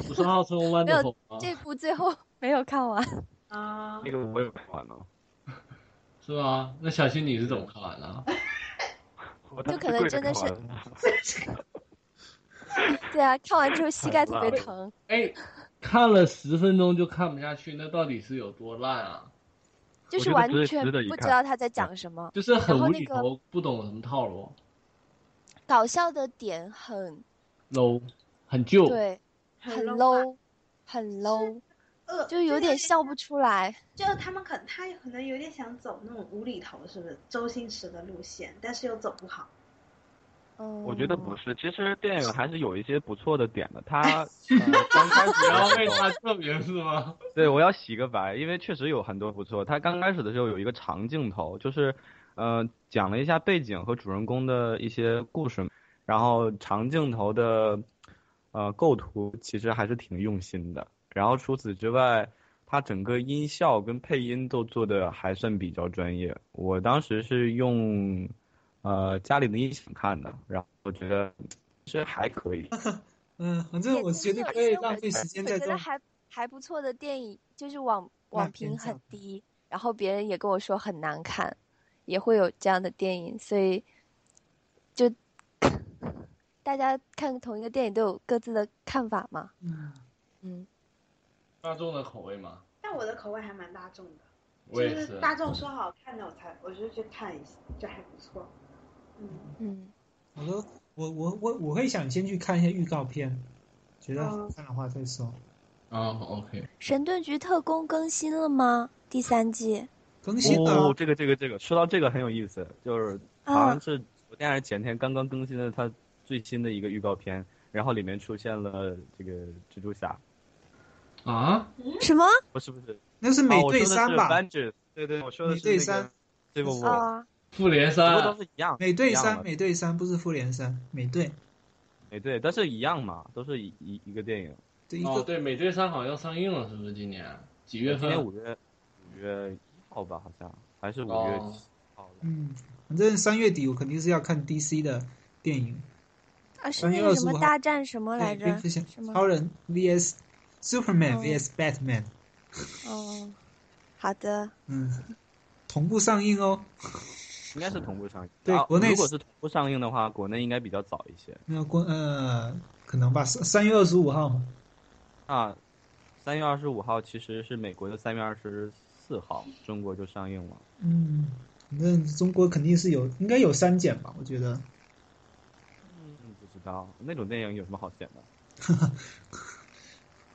Speaker 7: 五十号村弯的头吗？
Speaker 3: 哦
Speaker 8: 这部 最后没有看完，
Speaker 3: 啊
Speaker 9: 那，个我有看完了，
Speaker 7: 是吧？那小新你是怎么看完的？啊
Speaker 9: 我
Speaker 8: 就
Speaker 9: 当时
Speaker 8: 可能
Speaker 9: 跪着
Speaker 8: 真的
Speaker 9: 看
Speaker 8: 是
Speaker 9: 完了
Speaker 8: 对啊，看完之后膝盖特别
Speaker 9: 太烂了
Speaker 8: 疼。
Speaker 7: 哎，看了十分钟就看不下去，那到底是有多烂啊？
Speaker 8: 就
Speaker 9: 我
Speaker 8: 是
Speaker 9: 觉得
Speaker 8: 完
Speaker 9: 值得
Speaker 8: 全
Speaker 9: 值得一
Speaker 8: 不知
Speaker 9: 看
Speaker 8: 道他在讲什么，
Speaker 7: 就是很
Speaker 8: 然后
Speaker 7: 无
Speaker 8: 那
Speaker 7: 厘
Speaker 8: 个
Speaker 7: 头，不懂什么套路
Speaker 8: 搞笑的点很
Speaker 7: ，low，很旧。
Speaker 8: 对，很
Speaker 3: 啊
Speaker 8: low，很 low，
Speaker 3: 呃，
Speaker 8: 就有点，笑不出来。
Speaker 3: 就是他们可能他可能有点想走那种无厘头，是不是周星驰的路线，但是又走不好。
Speaker 8: 嗯，
Speaker 9: 我觉得不是，其实电影还是有一些不错的点的。 它、呃、刚开始
Speaker 7: 然后为他证明是吗？
Speaker 9: 对，我要洗个白，因为确实有很多不错。他刚开始的时候有一个长镜头，就是，呃，讲了一下背景和主人公的一些故事，然后长镜头的，呃，构图其实还是挺用心的。然后除此之外，它整个音效跟配音都做的还算比较专业。我当时是用，呃，家里的音响看的，然后我觉得其实还可以。
Speaker 6: 嗯，反正我觉得可以浪费时间在
Speaker 8: 我
Speaker 6: 这
Speaker 8: 觉
Speaker 6: 种
Speaker 8: 得还还不错的电影，就是网网评
Speaker 6: 偏
Speaker 8: 很
Speaker 6: 向
Speaker 8: 低，然后别人也跟我说很难看，也会有这样的电影，所以就大家看同一个电影都有各自的看法嘛。
Speaker 6: 嗯
Speaker 8: 嗯，
Speaker 7: 大众的口味嘛，
Speaker 3: 但我的口味还蛮大众的，
Speaker 7: 我也。
Speaker 3: 就是大众说好看的，我才我就去看一下，就还不错。嗯，
Speaker 8: 嗯，
Speaker 6: 我都我我我我会想先去看一下预告片，觉得
Speaker 8: 哦
Speaker 6: 好看的话再说。
Speaker 7: 啊，OK，
Speaker 8: 《神盾局特工》更新了吗？第三季
Speaker 6: 更新啊呃嗯了，
Speaker 9: 哦，这个这个这个，说到这个很有意思，就是好像
Speaker 8: 啊，
Speaker 9: 是昨天还是前天刚刚更新的它最新的一个预告片，然后里面出现了这个蜘蛛侠，
Speaker 7: 啊，
Speaker 8: 什么
Speaker 9: 不是不是，
Speaker 6: 那是美
Speaker 9: 哦我
Speaker 6: 队
Speaker 9: 说的
Speaker 6: 三
Speaker 9: 是
Speaker 6: 吧？
Speaker 9: Avengers，对对，我说的
Speaker 6: 美
Speaker 9: 是
Speaker 6: 队
Speaker 9: 那个
Speaker 6: 三，
Speaker 9: 对不不，
Speaker 8: 啊？
Speaker 7: 复联
Speaker 9: 不过都
Speaker 7: 三，啊
Speaker 9: 是一样，
Speaker 6: 美
Speaker 9: 一
Speaker 6: 队
Speaker 9: 样
Speaker 6: 三，
Speaker 9: 了
Speaker 6: 美队三不是复联三，美队
Speaker 9: 哎对，但是一样嘛，都是一一一个电影，
Speaker 6: 对一
Speaker 7: 哦，
Speaker 6: 个
Speaker 7: 对，美队三好像上映了，是不是今年啊几月
Speaker 9: 今
Speaker 7: 份？
Speaker 9: 年五月五月一号吧，好像还是五月
Speaker 7: 哦
Speaker 9: 七号了。
Speaker 6: 嗯，反正三月底我肯定是要看 DC 的电影，哎
Speaker 8: 啊，是
Speaker 6: 三
Speaker 8: 那
Speaker 6: 月
Speaker 8: 个什么
Speaker 6: 25号
Speaker 8: 大战什么来
Speaker 6: 对，
Speaker 8: 着
Speaker 6: 蝙蝠侠、
Speaker 8: 什么
Speaker 6: 超人 VS Superman
Speaker 8: 嗯
Speaker 6: VS Batman，
Speaker 8: 哦，好的，
Speaker 6: 嗯，同步上映哦。
Speaker 9: 应该是同步上映。
Speaker 6: 对
Speaker 9: 啊
Speaker 6: 国内
Speaker 9: 如果是同步上映的话，国内应该比较早一些
Speaker 6: 那关呃，可能吧，三三月二十五号嘛。
Speaker 9: 啊。三月二十五号其实是美国的三月二十四号，中国就上映了。
Speaker 6: 嗯，反正中国肯定是有，应该有删减吧，我觉得。
Speaker 9: 嗯，不知道那种电影有什么好选的？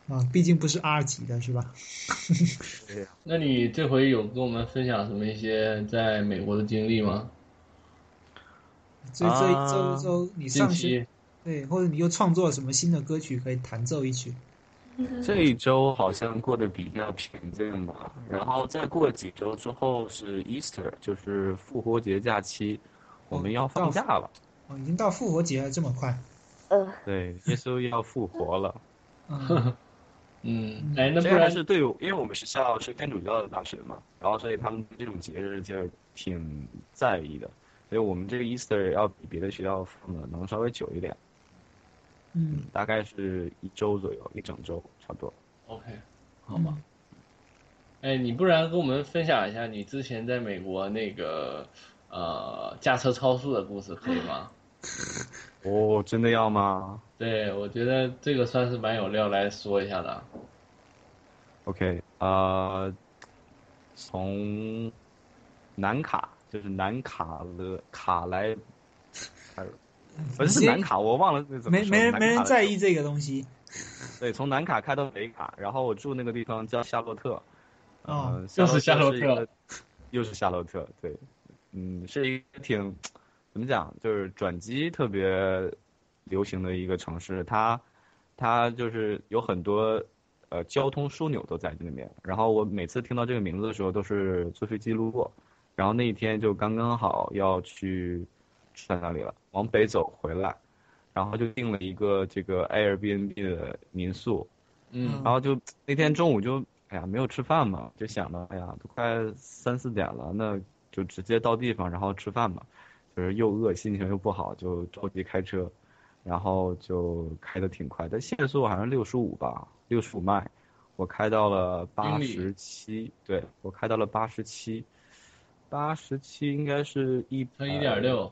Speaker 6: 啊，毕竟不是 R 级的是吧？
Speaker 9: 对呀、
Speaker 7: 那你这回有跟我们分享什么一些在美国的经历吗？
Speaker 6: 所以这一
Speaker 9: 啊
Speaker 6: 周周你
Speaker 7: 近
Speaker 6: 上学、
Speaker 7: 期
Speaker 6: 对，或者你又创作什么新的歌曲可以弹奏一曲？
Speaker 7: 嗯
Speaker 9: 这一周好像过得比较平静吧，然后再过几周之后是 Easter，就是复活节假期，我们要放假了。
Speaker 6: 哦，已经到复活节了，这么快？
Speaker 5: 呃，
Speaker 7: 哦
Speaker 9: 对，耶稣要复活了。
Speaker 6: 嗯，
Speaker 7: 嗯，哎， 那
Speaker 9: 这
Speaker 7: 不
Speaker 9: 还
Speaker 7: 然
Speaker 9: 是对我，因为我们学校是天主教的大学嘛，然后所以他们这种节日就挺在意的，所以我们这个 Easter 要比别的学校放的能稍微久一点，
Speaker 6: 嗯，
Speaker 9: 大概是一周左右，一整周差不多。
Speaker 7: OK，好吧。哎，你不然跟我们分享一下你之前在美国那个呃驾车超速的故事，可以吗？
Speaker 9: 哦，真的要吗
Speaker 7: 对，我觉得这个算是蛮有料来说一下的。啊
Speaker 9: ？OK，呃，从南卡就是南卡勒卡莱，不是
Speaker 6: 你
Speaker 9: 南卡，我忘了那怎
Speaker 6: 嗯
Speaker 9: 么
Speaker 6: 没
Speaker 9: 说
Speaker 6: 没人
Speaker 9: 南
Speaker 6: 没人
Speaker 9: 卡勒
Speaker 6: 在意这个东西。
Speaker 9: 对，从南卡开到北卡，然后我住那个地方叫夏洛特，
Speaker 6: 哦
Speaker 9: 呃，
Speaker 7: 又是夏洛
Speaker 9: 是一
Speaker 7: 特
Speaker 9: 个，又是夏洛特，对，嗯，是一个挺怎么讲，就是转机特别流行的一个城市，它它就是有很多呃交通枢纽都在这里面，然后我每次听到这个名字的时候都是坐飞机路过，然后那一天就刚刚好要去去到哪里了，往北走回来。然后就订了一个这个 Airbnb 的民宿，
Speaker 7: 嗯
Speaker 9: 然后就那天中午就哎呀没有吃饭嘛，就想到哎呀都快三四点了，那就直接到地方然后吃饭吧，就是又饿心情又不好，就着急开车，然后就开的挺快，但限速好像六十五吧，六十五迈，我开到了八
Speaker 7: 英
Speaker 9: 十
Speaker 7: 里
Speaker 9: 七，对我开到了八十七，八十七应该是一
Speaker 7: 乘一点，六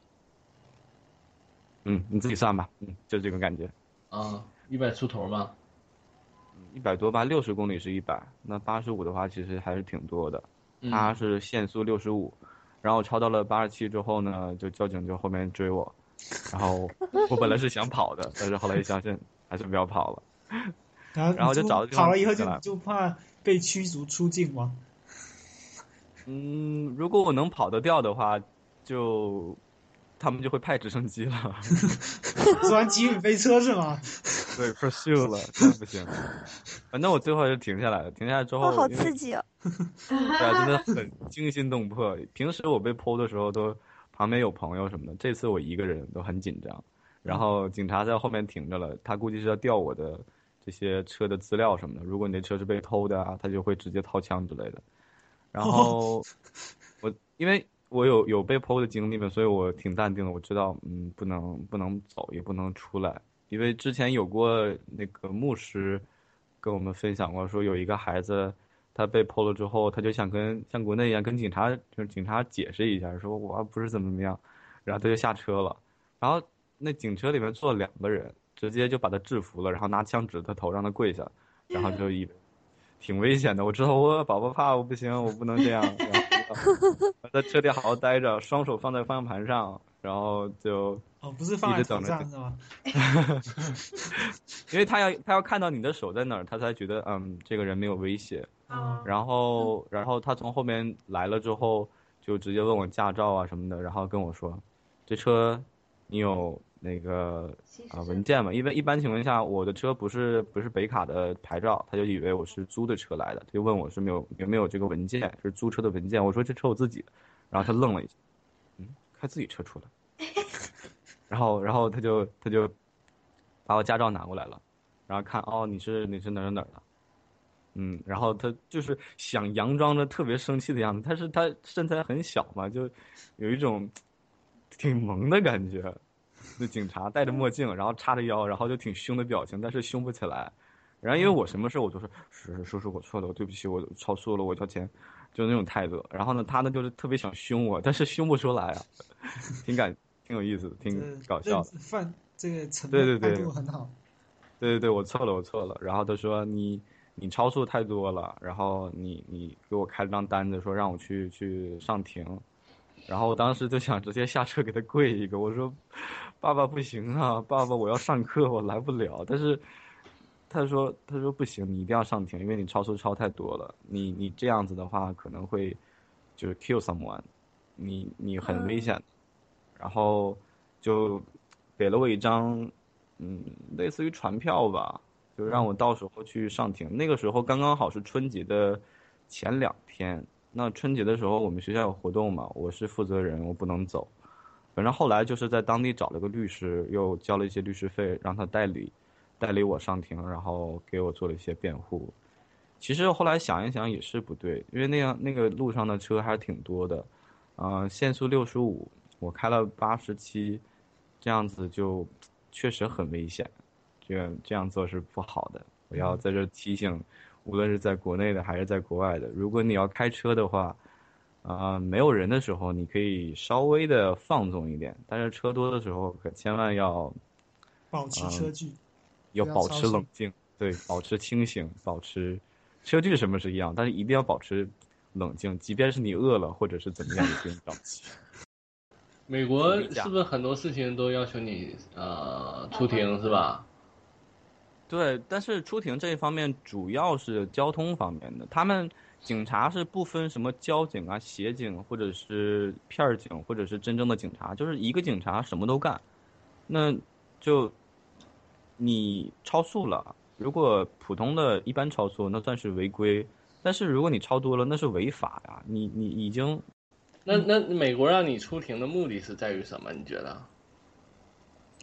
Speaker 9: 嗯，你自己算吧，嗯，就这个感觉。
Speaker 7: 啊，一百出头吧。
Speaker 9: 一百多吧，六十公里是一百，那八十五的话其实还是挺多的。
Speaker 7: 嗯
Speaker 9: 它是限速六十五，然后超到了八十七之后呢，就交警就后面追我，然 后我本来是想跑的，但是后来一想想还是不要跑了。
Speaker 6: 然后
Speaker 9: 然后就
Speaker 6: 你
Speaker 9: 找了地方
Speaker 6: 跑了以后
Speaker 9: 停
Speaker 6: 就
Speaker 9: 下来
Speaker 6: 就怕被驱逐出境吗？
Speaker 9: 嗯，如果我能跑得掉的话，就他们就会派直升机了，
Speaker 6: 做完极品飞车是吗？
Speaker 9: 对，pursue 了，那不 行。反正我最后还是停下来了，停下来之后，
Speaker 8: 哇，好
Speaker 9: 因为
Speaker 8: 刺激哦！
Speaker 9: 对
Speaker 3: 嗯
Speaker 9: 啊，真的很惊心动魄。平时我被剖的时候都旁边有朋友什么的，这次我一个人都很紧张。然后警察在后面停着了，他估计是要调我的这些车的资料什么的。如果你的车是被偷的啊，他就会直接掏枪之类的。然后我因为我有有被剖的经历嘛，所以我挺淡定的。我知道，嗯，不能不能走，也不能出来，因为之前有过那个牧师跟我们分享过，说有一个孩子。他被剖了之后，他就想跟像国内一样跟警察，就是警察解释一下，说我不是怎么怎么样，然后他就下车了，然后那警车里面坐了两个人，直接就把他制服了，然后拿枪指着他头让他跪下，然后就一，挺危险的。我知道我宝宝怕我不行，我不能这样，然后就在车里好好待着，双手放在方向盘上，然后就
Speaker 6: 哦，不是放在
Speaker 9: 一直
Speaker 6: 头
Speaker 9: 等着
Speaker 6: 上
Speaker 9: 等
Speaker 6: 是吗？
Speaker 9: 因为他要他要看到你的手在哪儿，他才觉得嗯这个人没有威胁。
Speaker 6: 啊，
Speaker 9: 然后，然后他从后面来了之后，就直接问我驾照啊什么的，然后跟我说，这车你有那个
Speaker 3: 其
Speaker 9: 啊、
Speaker 3: 实
Speaker 9: 文件嘛？因为一般情况下，我的车不是不是北卡的牌照，他就以为我是租的车来的，他就问我是没有有没有这个文件，是租车的文件。我说这车我自己的，然后他愣了一下，嗯，开自己车出来，然后然后他就他就把我驾照拿过来了，然后看哦你是你是哪儿哪儿哪儿的，嗯，然后他就是想佯装着特别生气的样子，但是他身材很小嘛，就有一种挺萌的感觉。那警察戴着墨镜，然后叉着腰，然后就挺凶的表情，但是凶不起来。然后因为我什么事我就说是是叔叔我错了，我对不起，我超速了，我交钱，就那种态度。然后呢，他呢就是特别想凶我，但是凶不出来啊，挺感挺有意思的，挺搞笑的。
Speaker 6: 这犯这个成
Speaker 9: 对对对
Speaker 6: 态度很好，
Speaker 9: 对对对，我错了，我错了。然后他说你你超速太多了，然后你你给我开了张单子，说让我去去上庭。然后我当时就想直接下车给他跪一个，我说爸爸不行啊，爸爸我要上课，我来不了。但是他说他说不行，你一定要上庭，因为你超速超太多了，你你这样子的话可能会就是 kill someone，你你很危险。然后就给了我一张嗯，类似于传票吧，就让我到时候去上庭。那个时候刚刚好是春节的前两天，那春节的时候我们学校有活动嘛，我是负责人，我不能走。反正后来就是在当地找了个律师，又交了一些律师费，让他代理，代理我上庭，然后给我做了一些辩护。其实后来想一想也是不对，因为那样那个路上的车还是挺多的，呃，限速六十五，我开了八十七，这样子就确实很危险，这样这样做是不好的。我要在这儿提醒，无论是在国内的还是在国外的，如果你要开车的话，啊、没有人的时候你可以稍微的放纵一点，但是车多的时候可千万要
Speaker 6: 保
Speaker 9: 嗯
Speaker 6: 持车距。
Speaker 9: 要
Speaker 6: 不要
Speaker 9: 保
Speaker 6: 操
Speaker 9: 持冷
Speaker 6: 心
Speaker 9: 静，对，保持清醒，保持车距什么是一样，但是一定要保持冷静，即便是你饿了或者是怎么样，也不用着急。
Speaker 7: 美国
Speaker 9: 理解
Speaker 7: 是不是很多事情都要求你呃出庭是吧？
Speaker 9: 对，但是出庭这一方面主要是交通方面的，他们警察是不分什么交警啊、协警或者是片儿警或者是真正的警察，就是一个警察什么都干。那就你超速了，如果普通的一般超速，那算是违规；但是如果你超多了，那是违法呀、你你已经
Speaker 7: 那
Speaker 6: 嗯
Speaker 7: 那美国让你出庭的目的是在于什么？你觉得？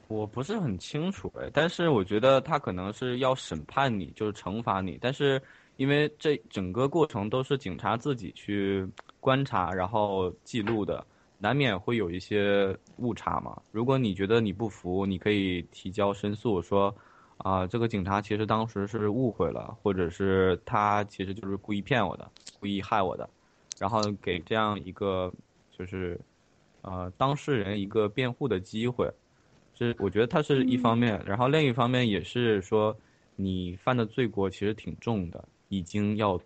Speaker 9: 我不是很清楚哎，但是我觉得他可能是要审判你，就是惩罚你。但是因为这整个过程都是警察自己去观察，然后记录的，难免会有一些误差嘛。如果你觉得你不服，你可以提交申诉，说啊、这个警察其实当时是误会了，或者是他其实就是故意骗我的，故意害我的，然后给这样一个就是呃当事人一个辩护的机会。这我觉得它是一方面，然后另一方面也是说，你犯的罪过其实挺重的，已经要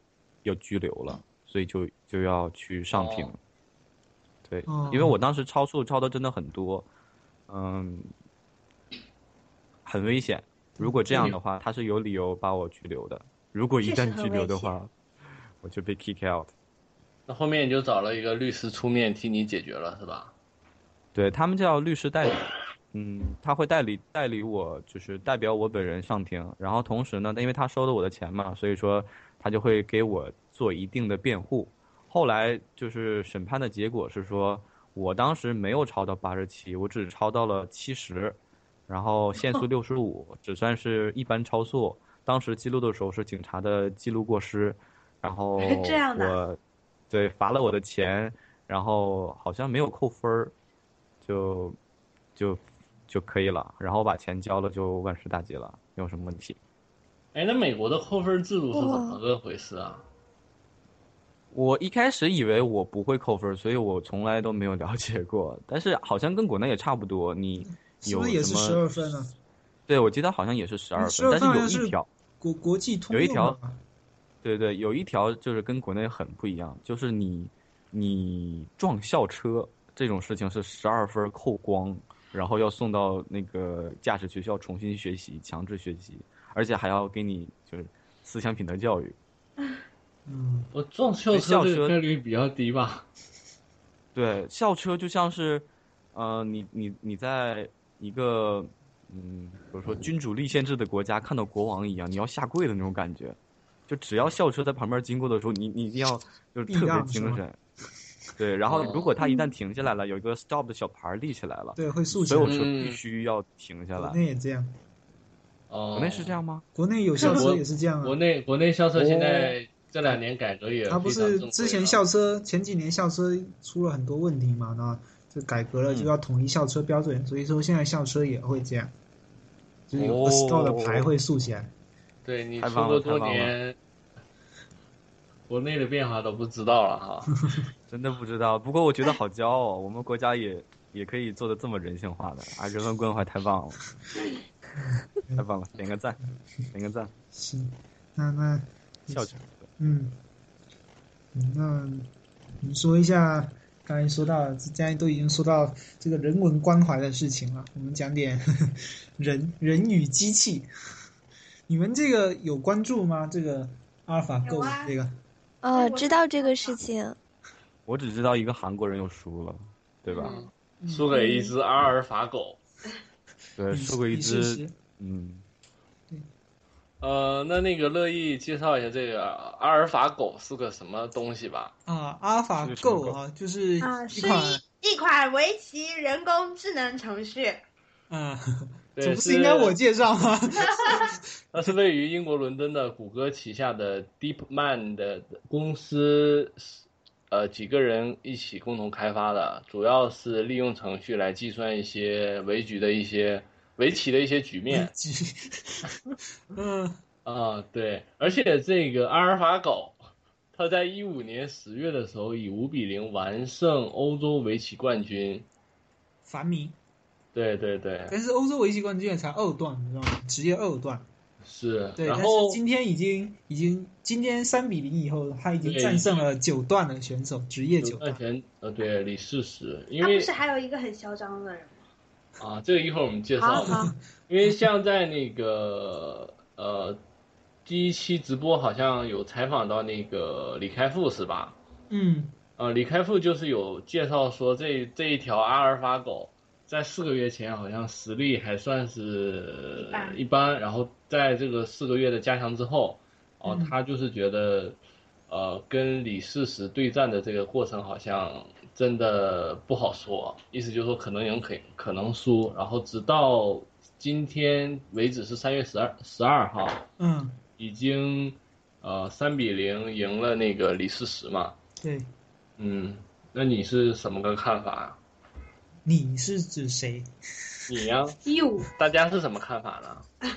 Speaker 9: 要拘留了，所以就就要去上庭。
Speaker 7: 哦
Speaker 9: 对，
Speaker 6: 哦
Speaker 9: 因为我当时超速超的真的很多，嗯，很危险。如果这样的话，他是有理由把我拘留的。如果一
Speaker 3: 嗯确实
Speaker 9: 旦
Speaker 3: 很
Speaker 9: 拘留
Speaker 3: 危
Speaker 9: 的
Speaker 3: 险
Speaker 9: 话，我就被 kick out。
Speaker 7: 那后面你就找了一个律师出面替你解决了是吧？
Speaker 9: 对他们叫律师代理，嗯，他会代理代理我，就是代表我本人上庭，然后同时呢，因为他收了我的钱嘛，所以说他就会给我做一定的辩护。后来就是审判的结果是说，我当时没有超到八十七，我只超到了七十，然后限速六十五，只算是一般超速。当时记录的时候是警察的记录过失，然后
Speaker 3: 这样的
Speaker 9: 我对罚了我的钱，然后好像没有扣分儿，就就就可以了，然后把钱交了就万事大吉了，没有什么问题。
Speaker 7: 哎，那美国的扣分制度是怎么个回事啊？
Speaker 9: 我一开始以为我不会扣分儿，所以我从来都没有了解过。但是好像跟国内也差不多，你
Speaker 6: 嗯是
Speaker 9: 有
Speaker 6: 不是也是
Speaker 9: 什
Speaker 6: 十
Speaker 9: 么
Speaker 6: 二分啊？
Speaker 9: 对我记得好像也是十二分，
Speaker 6: 12
Speaker 9: 但
Speaker 6: 分好像
Speaker 9: 是有
Speaker 6: 是
Speaker 9: 一条，
Speaker 6: 国国际通
Speaker 9: 有一
Speaker 6: 用
Speaker 9: 条
Speaker 6: 的嘛
Speaker 9: 对对，有一条就是跟国内很不一样，就是你你撞校车这种事情是十二分儿扣光，然后要送到那个驾驶学校重新学习，强制学习，而且还要给你就是思想品德教育。
Speaker 6: 嗯，
Speaker 7: 我撞校车
Speaker 9: 校
Speaker 7: 这
Speaker 9: 车
Speaker 7: 个概率比较低吧？
Speaker 9: 对，校车就像是，呃，你你你在一个，嗯，比如说君主立宪制的国家看到国王一样，你要下跪的那种感觉。就只要校车在旁边经过的时候，你你一定要就是
Speaker 6: 避
Speaker 9: 特别
Speaker 6: 让是
Speaker 9: 精
Speaker 6: 吗
Speaker 9: 神。对，然后
Speaker 7: 哦
Speaker 9: 如果它一旦停下来了，有一个 stop 的小牌儿立起来了，
Speaker 6: 对，会速成
Speaker 9: 所有。
Speaker 7: 是
Speaker 9: 车必
Speaker 7: 嗯
Speaker 9: 须要停下
Speaker 6: 国
Speaker 9: 来。
Speaker 6: 内也这样，
Speaker 7: 哦，
Speaker 9: 国内是这样吗？
Speaker 6: 国 内有校
Speaker 7: 国
Speaker 6: 车也是这样
Speaker 7: 国
Speaker 6: 啊。
Speaker 7: 内国内校车现在这两年改革也
Speaker 6: 它不
Speaker 7: 非常
Speaker 6: 是
Speaker 7: 正规
Speaker 6: 之前
Speaker 7: 了
Speaker 6: 校车前几年校车出了很多问题嘛，那就改革了，
Speaker 9: 嗯
Speaker 6: 就要统一校车标准，所以说现在校车也会这样，就是有个
Speaker 9: 哦
Speaker 6: stop 的牌会竖起来。
Speaker 7: 对你
Speaker 9: 太
Speaker 7: 出
Speaker 9: 棒
Speaker 7: 国
Speaker 9: 了太
Speaker 7: 多
Speaker 9: 棒了
Speaker 7: 年，国内的变化都不知道了哈。
Speaker 9: 真的不知道，不过 我觉得好骄傲，啊我们国家也也可以做的这么人性化的啊，人文关怀太 棒了，太棒了，点个赞，点个赞，
Speaker 6: 行，那那
Speaker 9: 校长。
Speaker 6: 嗯，嗯那你说一下，刚才说到，既然都已经说到这个人文关怀的事情了，我们讲点 人人与机器。你们这个有关注吗？这个阿尔法
Speaker 3: 有
Speaker 6: 狗
Speaker 3: 啊
Speaker 6: 这个，
Speaker 8: 哦，
Speaker 3: 我
Speaker 8: 知道这个事情，
Speaker 9: 我只知道一个韩国人又输了，对吧？
Speaker 3: 嗯
Speaker 7: 输给一只阿尔法狗。
Speaker 9: 对，
Speaker 6: 你
Speaker 9: 输呃过一
Speaker 6: 你试
Speaker 9: 只
Speaker 6: 试，
Speaker 9: 嗯，
Speaker 7: 呃，那那个乐意介绍一下这个阿尔法狗是个什么东西吧？
Speaker 6: 啊，阿尔法
Speaker 9: 是什么
Speaker 6: 狗啊，就是一
Speaker 3: 啊，是
Speaker 6: 款
Speaker 3: 一一款围棋人工智能程序。
Speaker 6: 啊， 这
Speaker 7: 对，
Speaker 6: 不是应该我
Speaker 7: 是
Speaker 6: 介绍 吗？
Speaker 7: 它是位于英国伦敦的谷歌旗下的 DeepMind 的公司，呃，几个人一起共同开发的，主要是利用程序来计算一些围局的一些围棋的一些局面。
Speaker 6: 嗯，
Speaker 7: 啊，对，而且这个阿尔法狗，它在一五年十月的时候以五比零完胜欧洲围棋冠军。
Speaker 6: 凡迷，
Speaker 7: 对对对，
Speaker 6: 但是欧洲围棋冠军也才二段，你知道吗？职业二段。
Speaker 7: 是。
Speaker 6: 对，
Speaker 7: 然
Speaker 6: 但是
Speaker 7: 后
Speaker 6: 今天已经已经今天三比零以后，他已经
Speaker 7: 对
Speaker 6: 战胜了九段的选手，职业九
Speaker 7: 段
Speaker 6: 段。
Speaker 7: 前呃，对李世石，因
Speaker 3: 他
Speaker 7: 为
Speaker 3: 不是还有一个很嚣张的人吗？
Speaker 7: 啊，这个一会儿我们介
Speaker 3: 好
Speaker 7: 绍吧。
Speaker 3: 好，
Speaker 7: 因为像在那个呃第一期直播好像有采访到那个李开复是吧？
Speaker 6: 嗯，
Speaker 7: 呃，李开复就是有介绍说这这一条阿尔法狗在四个月前好像实力还算是
Speaker 3: 一般
Speaker 7: 一般，然后在这个四个月的加强之后，哦、
Speaker 6: 嗯
Speaker 7: 他就是觉得，呃，跟李世石对战的这个过程好像真的不好说，意思就是说可能赢可可能输，然后直到今天为止是三月十二十二号，
Speaker 6: 嗯，
Speaker 7: 已经呃三比零赢了那个李世石嘛。
Speaker 6: 对，
Speaker 7: 嗯，那你是什么个看法啊？
Speaker 6: 你是指谁？
Speaker 7: 你呀、
Speaker 3: 哟，
Speaker 7: 大家是什么看法呢？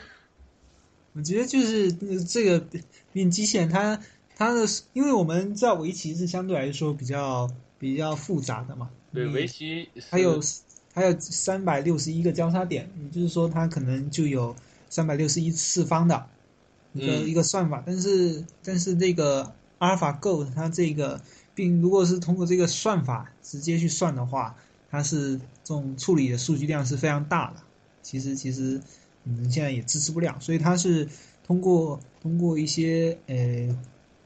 Speaker 6: 我觉得就是呃这个面机器人它它的，因为我们知道围棋是相对来说比较比较复杂的嘛，
Speaker 7: 对，
Speaker 6: 你
Speaker 7: 围棋是
Speaker 6: 嗯还有还有三百六十一个交叉点，也就是说它可能就有三百六十一次方的一个、
Speaker 7: 嗯
Speaker 6: 一个算法，但是但是这个阿尔法 Go 它这个并如果是通过这个算法直接去算的话，它是这种处理的数据量是非常大的，其实其实我们现在也支持不了，所以它是通过通过一些呃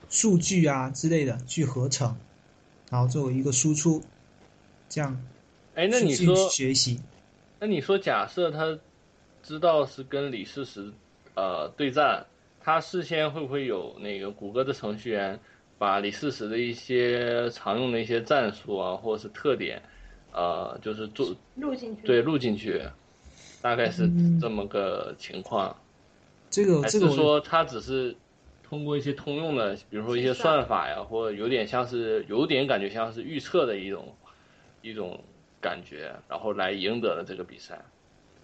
Speaker 6: 数据啊之类的去合成，然后作为一个输出，这样
Speaker 7: 哎，那你
Speaker 6: 去
Speaker 7: 说，
Speaker 6: 学习，
Speaker 7: 那你说，假设他知道是跟李世石呃对战，他事先会不会有那个谷歌的程序员把李世石的一些常用的一些战术啊，或者是特点，呃，就是做
Speaker 3: 录进去。
Speaker 7: 对录进去，大概是
Speaker 6: 嗯
Speaker 7: 这么个情况，
Speaker 6: 这个
Speaker 7: 还是
Speaker 6: 这个我
Speaker 7: 说他只是通过一些通用的，比如说一些
Speaker 3: 计算
Speaker 7: 算法呀，或者有点像是有点感觉像是预测的一种一种感觉，然后来赢得了这个比赛。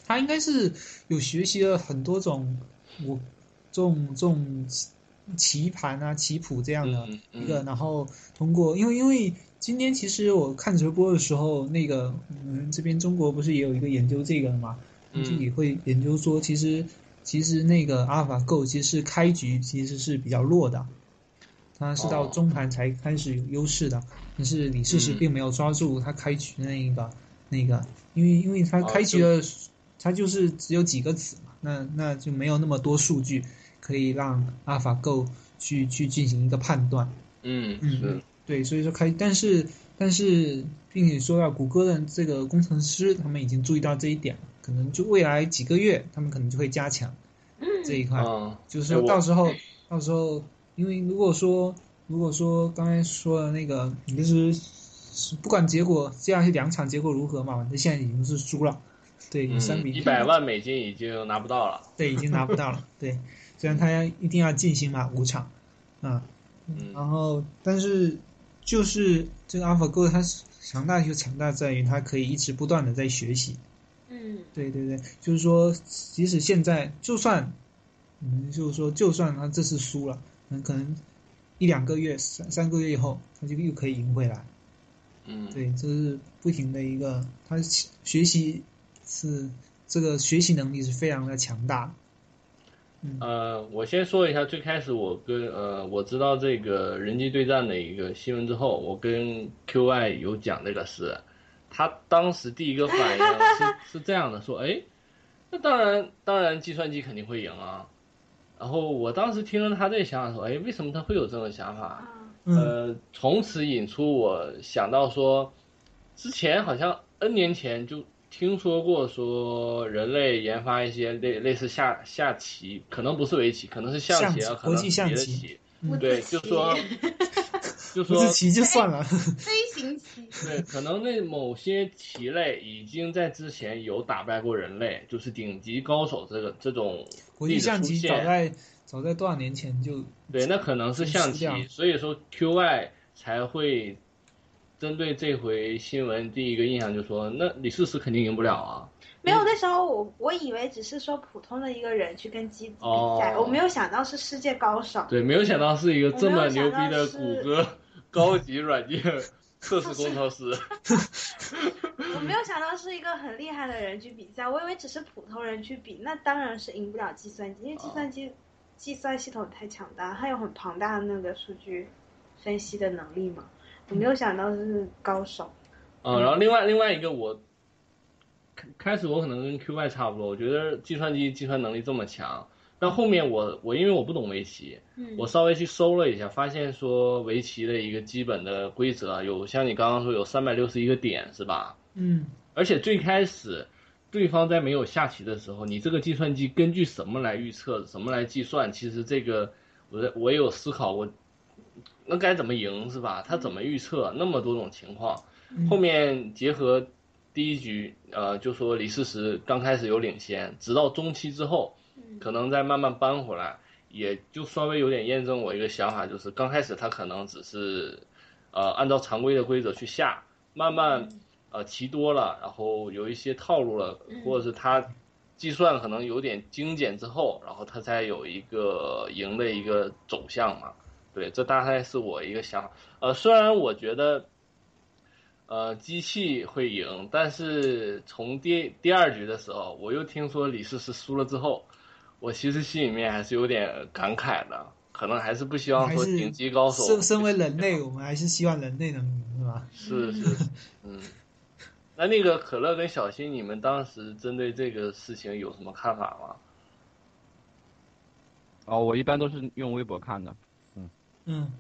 Speaker 6: 他应该是有学习了很多种我这种这种棋棋盘啊、棋谱这样的
Speaker 7: 嗯嗯
Speaker 6: 一个，然后通过，因为因为今天其实我看直播的时候，那个我们这边中国不是也有一个研究这个的嘛，
Speaker 7: 嗯
Speaker 6: 就也会研究说，其实其实那个阿尔法 Go 其实开局其实是比较弱的，它是到
Speaker 7: 哦
Speaker 6: 中盘才开始有优势的，但是李世石
Speaker 7: 嗯
Speaker 6: 并没有抓住他开局的那个那个，因为因为他
Speaker 7: 哦
Speaker 6: 开局
Speaker 7: 就
Speaker 6: 的它就是只有几个子嘛，那那就没有那么多数据可以让阿尔法 Go 去去进行一个判断。
Speaker 7: 嗯
Speaker 6: 嗯
Speaker 7: 是，
Speaker 6: 对，所以说开，但是但是，并且说到谷歌的这个工程师，他们已经注意到这一点了，可能就未来几个月，他们可能就会加强这一块。
Speaker 7: 嗯，
Speaker 6: 就是
Speaker 7: 哎
Speaker 6: 说
Speaker 7: 我
Speaker 6: 到时候，到时候，因为如果说如果说刚才说的那个，你就是是不管结果，接下来两场结果如何嘛，反正现在已经是输了，对，三比
Speaker 7: 嗯一百万美金已经拿不到了。
Speaker 6: 对，已经拿不到了。对，虽然他要一定要进行嘛五场，啊、
Speaker 7: 嗯
Speaker 6: 然后但是就是这个 AlphaGo 它是强大就强大在于它可以一直不断的在学习。
Speaker 3: 嗯，
Speaker 6: 对对对，就是说，即使现在就算，嗯，就是说，就算他这次输了，嗯，可能一两个月、三三个月以后，他就又可以赢回来。
Speaker 7: 嗯，
Speaker 6: 对，这是不停的一个，他学习是这个学习能力是非常的强大的。嗯，
Speaker 7: 呃，我先说一下，最开始我跟呃我知道这个人机对战的一个新闻之后，我跟 QY 有讲这个事，他当时第一个反应是是这样的，说，哎，那当然当然计算机肯定会赢啊。然后我当时听了他这想法说，哎，为什么他会有这种想法？
Speaker 3: 啊，
Speaker 6: 嗯
Speaker 7: 呃，从此引出我想到说，之前好像 N 年前就听说过说人类研发一些类类似下下棋，可能不是围棋，可能是象棋
Speaker 6: 象棋
Speaker 7: 啊，可
Speaker 6: 国
Speaker 7: 能
Speaker 6: 际
Speaker 7: 是
Speaker 6: 象
Speaker 7: 别的
Speaker 6: 棋
Speaker 7: 棋，
Speaker 6: 嗯
Speaker 3: 我
Speaker 7: 对，
Speaker 3: 自
Speaker 7: 就
Speaker 3: 己
Speaker 7: 说 就
Speaker 6: 不
Speaker 7: 说哎
Speaker 6: 是棋就算了，
Speaker 3: 飞行棋，
Speaker 7: 对，可能那某些棋类已经在之前有打败过人类，就是顶级高手这个这种
Speaker 6: 国
Speaker 7: 例
Speaker 6: 际
Speaker 7: 子
Speaker 6: 象
Speaker 7: 出
Speaker 6: 棋早
Speaker 7: 现
Speaker 6: 在早在多少年前就
Speaker 7: 对，那可能是象
Speaker 6: 嗯是这
Speaker 7: 棋
Speaker 6: 样，
Speaker 7: 所以说 QY 才会针对这回新闻第一个印象就说，那李世石肯定赢不了啊。
Speaker 3: 没有，那时候我我以为只是说普通的一个人去跟鸡比
Speaker 7: 哦
Speaker 3: 赛，我没有想到是世界高手。
Speaker 7: 对，没有想到是一个这么牛逼的谷
Speaker 3: 我没有想到是
Speaker 7: 歌 高级软件测试工程师。
Speaker 3: 我没有想到是一个很厉害的人去比赛，我以为只是普通人去比，那当然是赢不了计算机，因为计算机、计算系统太强大，它有很庞大的那个数据分析的能力嘛。我没有想到是高手，
Speaker 7: 嗯，然后另外另外一个我开开始我可能跟 QY 差不多，我觉得计算机计算能力这么强，但后面我我因为我不懂围棋，
Speaker 3: 嗯
Speaker 7: 我稍微去搜了一下，发现说围棋的一个基本的规则啊有像你刚刚说有三百六十一个点是吧？
Speaker 6: 嗯。
Speaker 7: 而且最开始对方在没有下棋的时候，你这个计算机根据什么来预测，什么来计算？其实这个我在我也有思考过，那该怎么赢是吧？他怎么预测那么多种情况？
Speaker 6: 嗯
Speaker 7: 后面结合第一局，呃，就说李世石刚开始有领先，直到中期之后，可能再慢慢扳回来，也就稍微有点验证我一个想法，就是刚开始他可能只是，呃，按照常规的规则去下，慢慢呃棋多了，然后有一些套路了，或者是他计算可能有点精简之后，然后他才有一个赢的一个走向嘛。对，这大概是我一个想法。呃，虽然我觉得，呃，机器会赢，但是从第第二局的时候，我又听说李世石输了之后，我其实心里面还是有点感慨的，可能还是不希望
Speaker 6: 还
Speaker 7: 说
Speaker 6: 是
Speaker 7: 顶级高手
Speaker 6: 身身为人类，我们还是希望人类能赢，是吧？
Speaker 7: 是是，嗯。那那个可乐跟小新，你们当时针对这个事情有什么看法吗？
Speaker 9: 哦，我一般都是用微博看的，
Speaker 6: 嗯，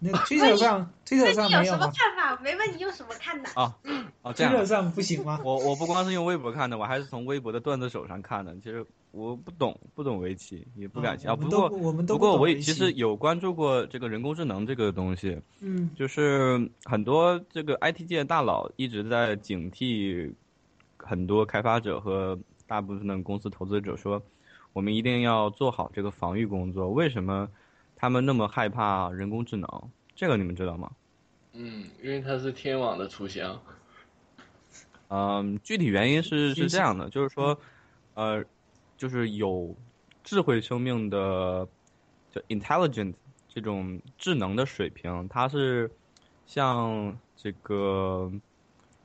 Speaker 6: 那
Speaker 8: 啊
Speaker 6: Twitter 上
Speaker 3: 对
Speaker 6: Twitter 上
Speaker 3: 你有
Speaker 6: 没啊
Speaker 3: 什么
Speaker 6: 吗？
Speaker 3: 看法？没问你有什么看法？
Speaker 9: 啊哦，这样啊
Speaker 6: ？Twitter 上不行吗？
Speaker 9: 我我不光是用微博看的，我还是从微博的段子手上看的。其实我不懂，不懂围棋，也不感兴趣。
Speaker 6: 啊
Speaker 9: 啊
Speaker 6: 我们
Speaker 9: 不
Speaker 6: 都
Speaker 9: 过
Speaker 6: 不我们都
Speaker 9: 不
Speaker 6: 不
Speaker 9: 过
Speaker 6: 懂
Speaker 9: 我
Speaker 6: 围
Speaker 9: 也
Speaker 6: 棋
Speaker 9: 其实有关注过这个人工智能这个东西，
Speaker 6: 嗯
Speaker 9: 就是很多这个 IT 界的大佬一直在警惕很多开发者和大部分的公司投资者说，我们一定要做好这个防御工作。为什么他们那么害怕人工智能？这个你们知道吗？
Speaker 7: 嗯，因为它是天网的雏形。
Speaker 9: 嗯，具体原因是是这样的，就是说，呃，就是有智慧生命的，就 intelligent 这种智能的水平，它是像这个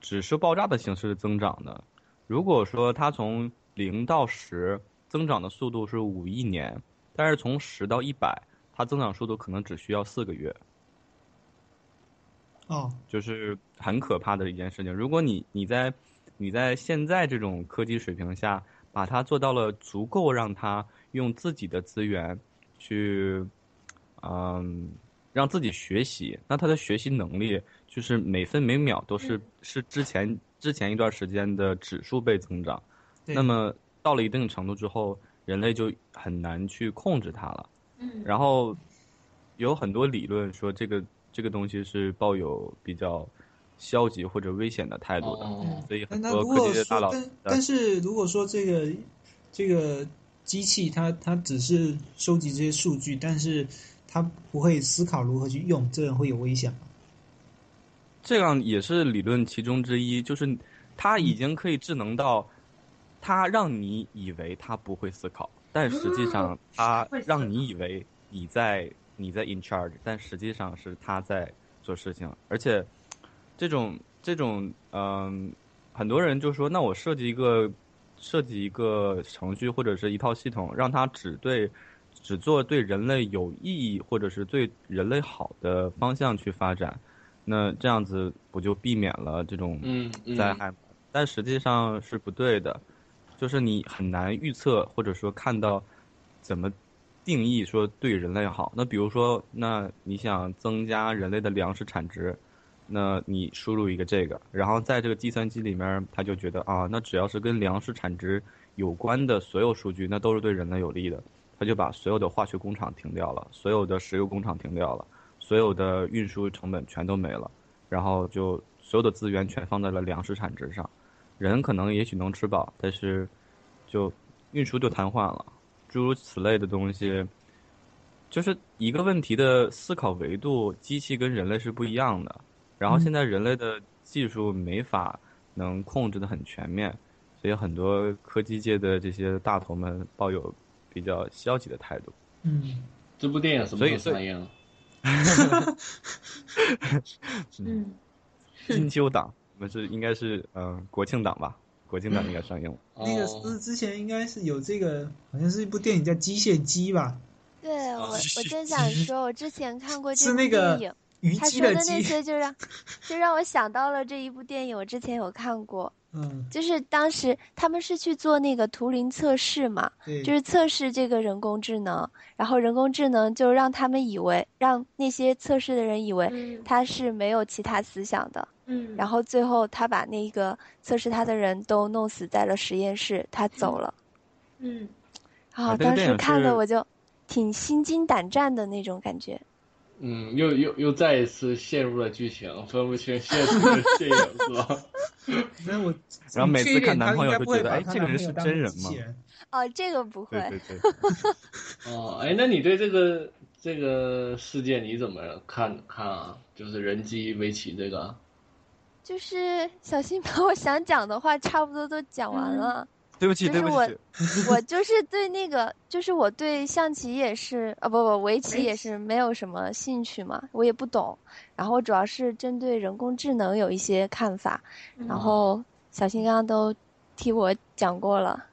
Speaker 9: 指数爆炸的形式增长的。如果说它从零到十增长的速度是五亿年，但是从十到一百，它增长速度可能只需要四个月。
Speaker 6: 哦，
Speaker 9: 就是很可怕的一件事情。如果你你在你在现在这种科技水平下，把它做到了足够让它用自己的资源去，嗯，让自己学习，那他的学习能力就是每分每秒都是、是之前之前一段时间的指数倍增长。
Speaker 6: 对
Speaker 9: 那么到了一定程度之后，人类就很难去控制它了。
Speaker 3: 嗯，
Speaker 9: 然后有很多理论说这个这个东西是抱有比较消极或者危险的态度的，
Speaker 7: 哦，
Speaker 9: 所以
Speaker 6: 那
Speaker 9: 很
Speaker 6: 那
Speaker 9: 多
Speaker 6: 如
Speaker 9: 科
Speaker 6: 果
Speaker 9: 技界
Speaker 6: 说，
Speaker 9: 大佬呃
Speaker 6: 但但是如果说这个这个机器它它只是收集这些数据，但是它不会思考如何去用，这样会有危险吗？
Speaker 9: 这样也是理论其中之一，就是它
Speaker 3: 嗯
Speaker 9: 已经可以智能到，它让你以为它不会思考，但实际上它
Speaker 3: 嗯会思考
Speaker 9: 让你以为你在你在 in charge，但实际上是它在做事情，而且这种这种嗯、很多人就说，那我设计一个设计一个程序或者是一套系统，让它只对只做对人类有意义或者是对人类好的方向去发展，那这样子不就避免了这种
Speaker 7: 嗯嗯，
Speaker 9: 灾害吗？但实际上是不对的，就是你很难预测或者说看到怎么定义说对人类好。那比如说，那你想增加人类的粮食产值，那你输入一个这个，然后在这个计算机里面，它就觉得啊，那只要是跟粮食产值有关的所有数据，那都是对人类有利的。它就把所有的化学工厂停掉了，所有的石油工厂停掉了，所有的运输成本全都没了，然后就所有的资源全放在了粮食产值上。人可能也许能吃饱，但是就运输就瘫痪了，诸如此类的东西，就是一个问题的思考维度，机器跟人类是不一样的。然后
Speaker 6: 嗯
Speaker 9: 现在人类的技术没法能控制的很全面，所以很多科技界的这些大头们抱有比较消极的态度。
Speaker 6: 嗯，
Speaker 7: 这部电影什么时候
Speaker 9: 所以
Speaker 7: 上映？
Speaker 3: 嗯，
Speaker 9: 金秋档，我们是应该是嗯、呃国庆档吧？国庆档应该上映了。
Speaker 6: 那个
Speaker 7: 哦
Speaker 6: 之之前应该是有这个，好像是一部电影叫《机械姬》吧？
Speaker 8: 对
Speaker 6: 啊
Speaker 8: 我，我正想说，我之前看过这
Speaker 6: 是
Speaker 8: 部
Speaker 6: 那
Speaker 8: 电
Speaker 6: 个
Speaker 8: 影，
Speaker 6: 虞
Speaker 8: 他
Speaker 6: 姬
Speaker 8: 说的
Speaker 6: 姬
Speaker 8: 那，些就让，就让我想到了这一部电影，我之前有看过，
Speaker 6: 嗯，
Speaker 8: 就是当时他们是去做那个图灵测试嘛，
Speaker 3: 嗯
Speaker 6: 对，
Speaker 8: 就是测试这个人工智能，然后人工智能就让他们以为，让那些测试的人以为
Speaker 3: 嗯
Speaker 8: 他是没有其他思想的，
Speaker 3: 嗯，
Speaker 8: 然后最后他把那个测试他的人都弄死在了实验室，他走了。
Speaker 3: 嗯
Speaker 8: 啊，
Speaker 9: 啊这个
Speaker 8: 当
Speaker 9: 电
Speaker 8: 时
Speaker 9: 影
Speaker 8: 看
Speaker 9: 是
Speaker 8: 的我就挺心惊胆战的那种感觉。
Speaker 7: 嗯，又又又再一次陷入了剧情，分不清现实 和电影是吧？
Speaker 6: 那我
Speaker 9: 然后每次看男朋
Speaker 6: 应
Speaker 9: 友
Speaker 6: 该
Speaker 9: 就
Speaker 6: 不会
Speaker 9: 觉得
Speaker 6: 把
Speaker 9: 哎
Speaker 6: 她
Speaker 9: 这个人
Speaker 6: 男朋友
Speaker 9: 是
Speaker 6: 当
Speaker 9: 真
Speaker 6: 成
Speaker 9: 人
Speaker 6: 机
Speaker 9: 吗
Speaker 6: 器人
Speaker 8: 哦，这个不会
Speaker 9: 对。对对。
Speaker 7: 哦，哎，那你对这个这个事件你怎么看看啊？就是人机围棋这个，
Speaker 8: 就是小新把我想讲的话差不多都讲
Speaker 3: 嗯
Speaker 8: 完了。
Speaker 9: 对不起，
Speaker 8: 就是
Speaker 9: 对不
Speaker 8: 我
Speaker 9: 起，
Speaker 8: 我就是对那个，就是我对象棋也是，啊不不，围棋也是没有什么兴趣嘛，我也不懂。然后我主要是针对人工智能有一些看法，然后小新刚刚都替我讲过了。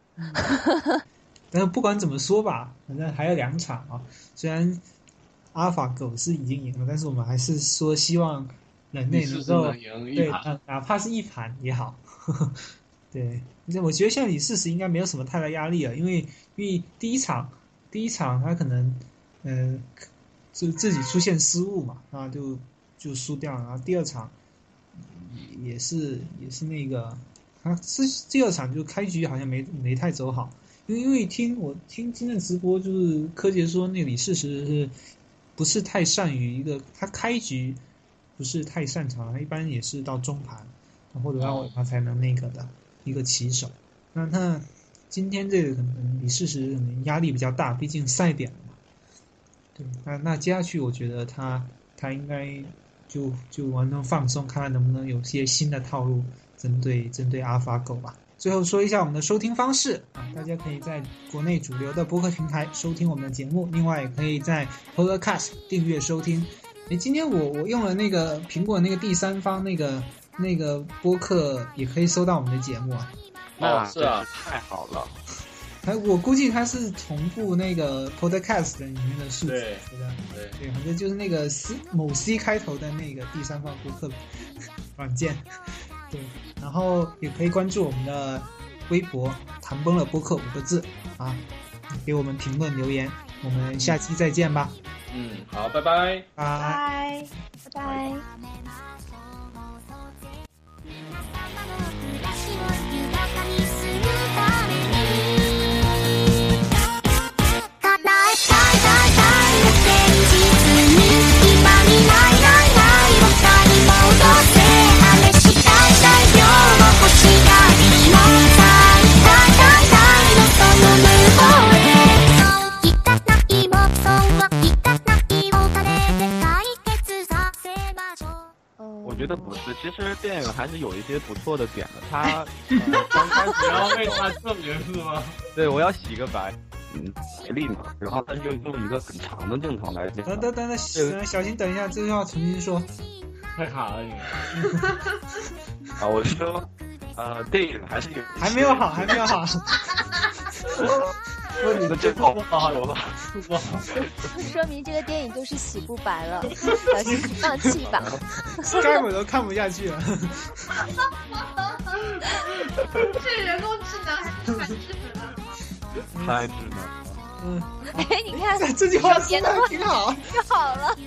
Speaker 6: 但是不管怎么说吧，反正还有两场啊。虽然阿尔法狗是已经赢了，但是我们还是说希望人
Speaker 7: 你
Speaker 6: 类
Speaker 7: 是
Speaker 6: 能
Speaker 7: 不是
Speaker 6: 够
Speaker 7: 能赢一
Speaker 6: 对，
Speaker 7: 盘？哦
Speaker 6: 哪哪怕是一盘也好。 对，那我觉得现在李世石应该没有什么太大压力了，因为因为第一场第一场他可能嗯、呃就自己出现失误嘛，啊，就就输掉了。然后第二场也也是也是那个啊，是第二场就开局好像没没太走好，因为因为听我听今天直播就是柯洁说那里事实是不是太善于一个他开局不是太擅长，他一般也是到中盘或者到尾盘才能那个的一个棋手。那那今天这个可能李世石可能压力比较大，毕竟赛点了嘛。对，那那接下去我觉得他他应该就就完全放松，看看能不能有些新的套路针对针对阿尔法狗吧。最后说一下我们的收听方式啊，大家可以在国内主流的播客平台收听我们的节目，另外也可以在 Podcast 订阅收听。诶，今天我我用了那个苹果那个第三方那个那个播客，也可以收到我们的节目啊。
Speaker 9: 那
Speaker 7: 哦是啊
Speaker 9: 真太好了。
Speaker 6: 哎，我估计它是重复那个 Podcast 里面的数字，
Speaker 7: 对
Speaker 6: 对吧？
Speaker 7: 对，
Speaker 6: 对，反正就是那个 C 某 C 开头的那个第三方播客软件， 对，然后也可以关注我们的微博“谈崩了播客”五个字啊，给我们评论留言，我们下期再见吧，
Speaker 7: 嗯，好，拜拜。
Speaker 6: 拜、
Speaker 3: 拜。
Speaker 5: 拜拜。
Speaker 8: 哦
Speaker 5: 嗯，
Speaker 9: 我觉得不是，其实电影还是有一些不错的点的。 他、呃、刚开始
Speaker 7: 你要为他证明是吗？
Speaker 9: 对我要洗个白，嗯，协力嘛，然后他就用一个很长的镜头来讲。
Speaker 6: 等等等等，
Speaker 9: 这
Speaker 6: 小小心等一下，这句话重新说。
Speaker 7: 太卡了你。
Speaker 9: 啊，我是说，呃，电影还是有
Speaker 6: 还没有好，还没有好。
Speaker 9: 有你的镜头不好了。
Speaker 8: 就 说明这个电影就是洗不白 了，小心放弃吧。
Speaker 6: 该我都看不下 去了。
Speaker 3: 这人工智能还是蛮智能的。
Speaker 9: 太智能了。
Speaker 6: 嗯，
Speaker 8: 哎，你看，
Speaker 6: 这句话说
Speaker 8: 别的
Speaker 6: 的挺好。
Speaker 8: 就好了。
Speaker 10: 「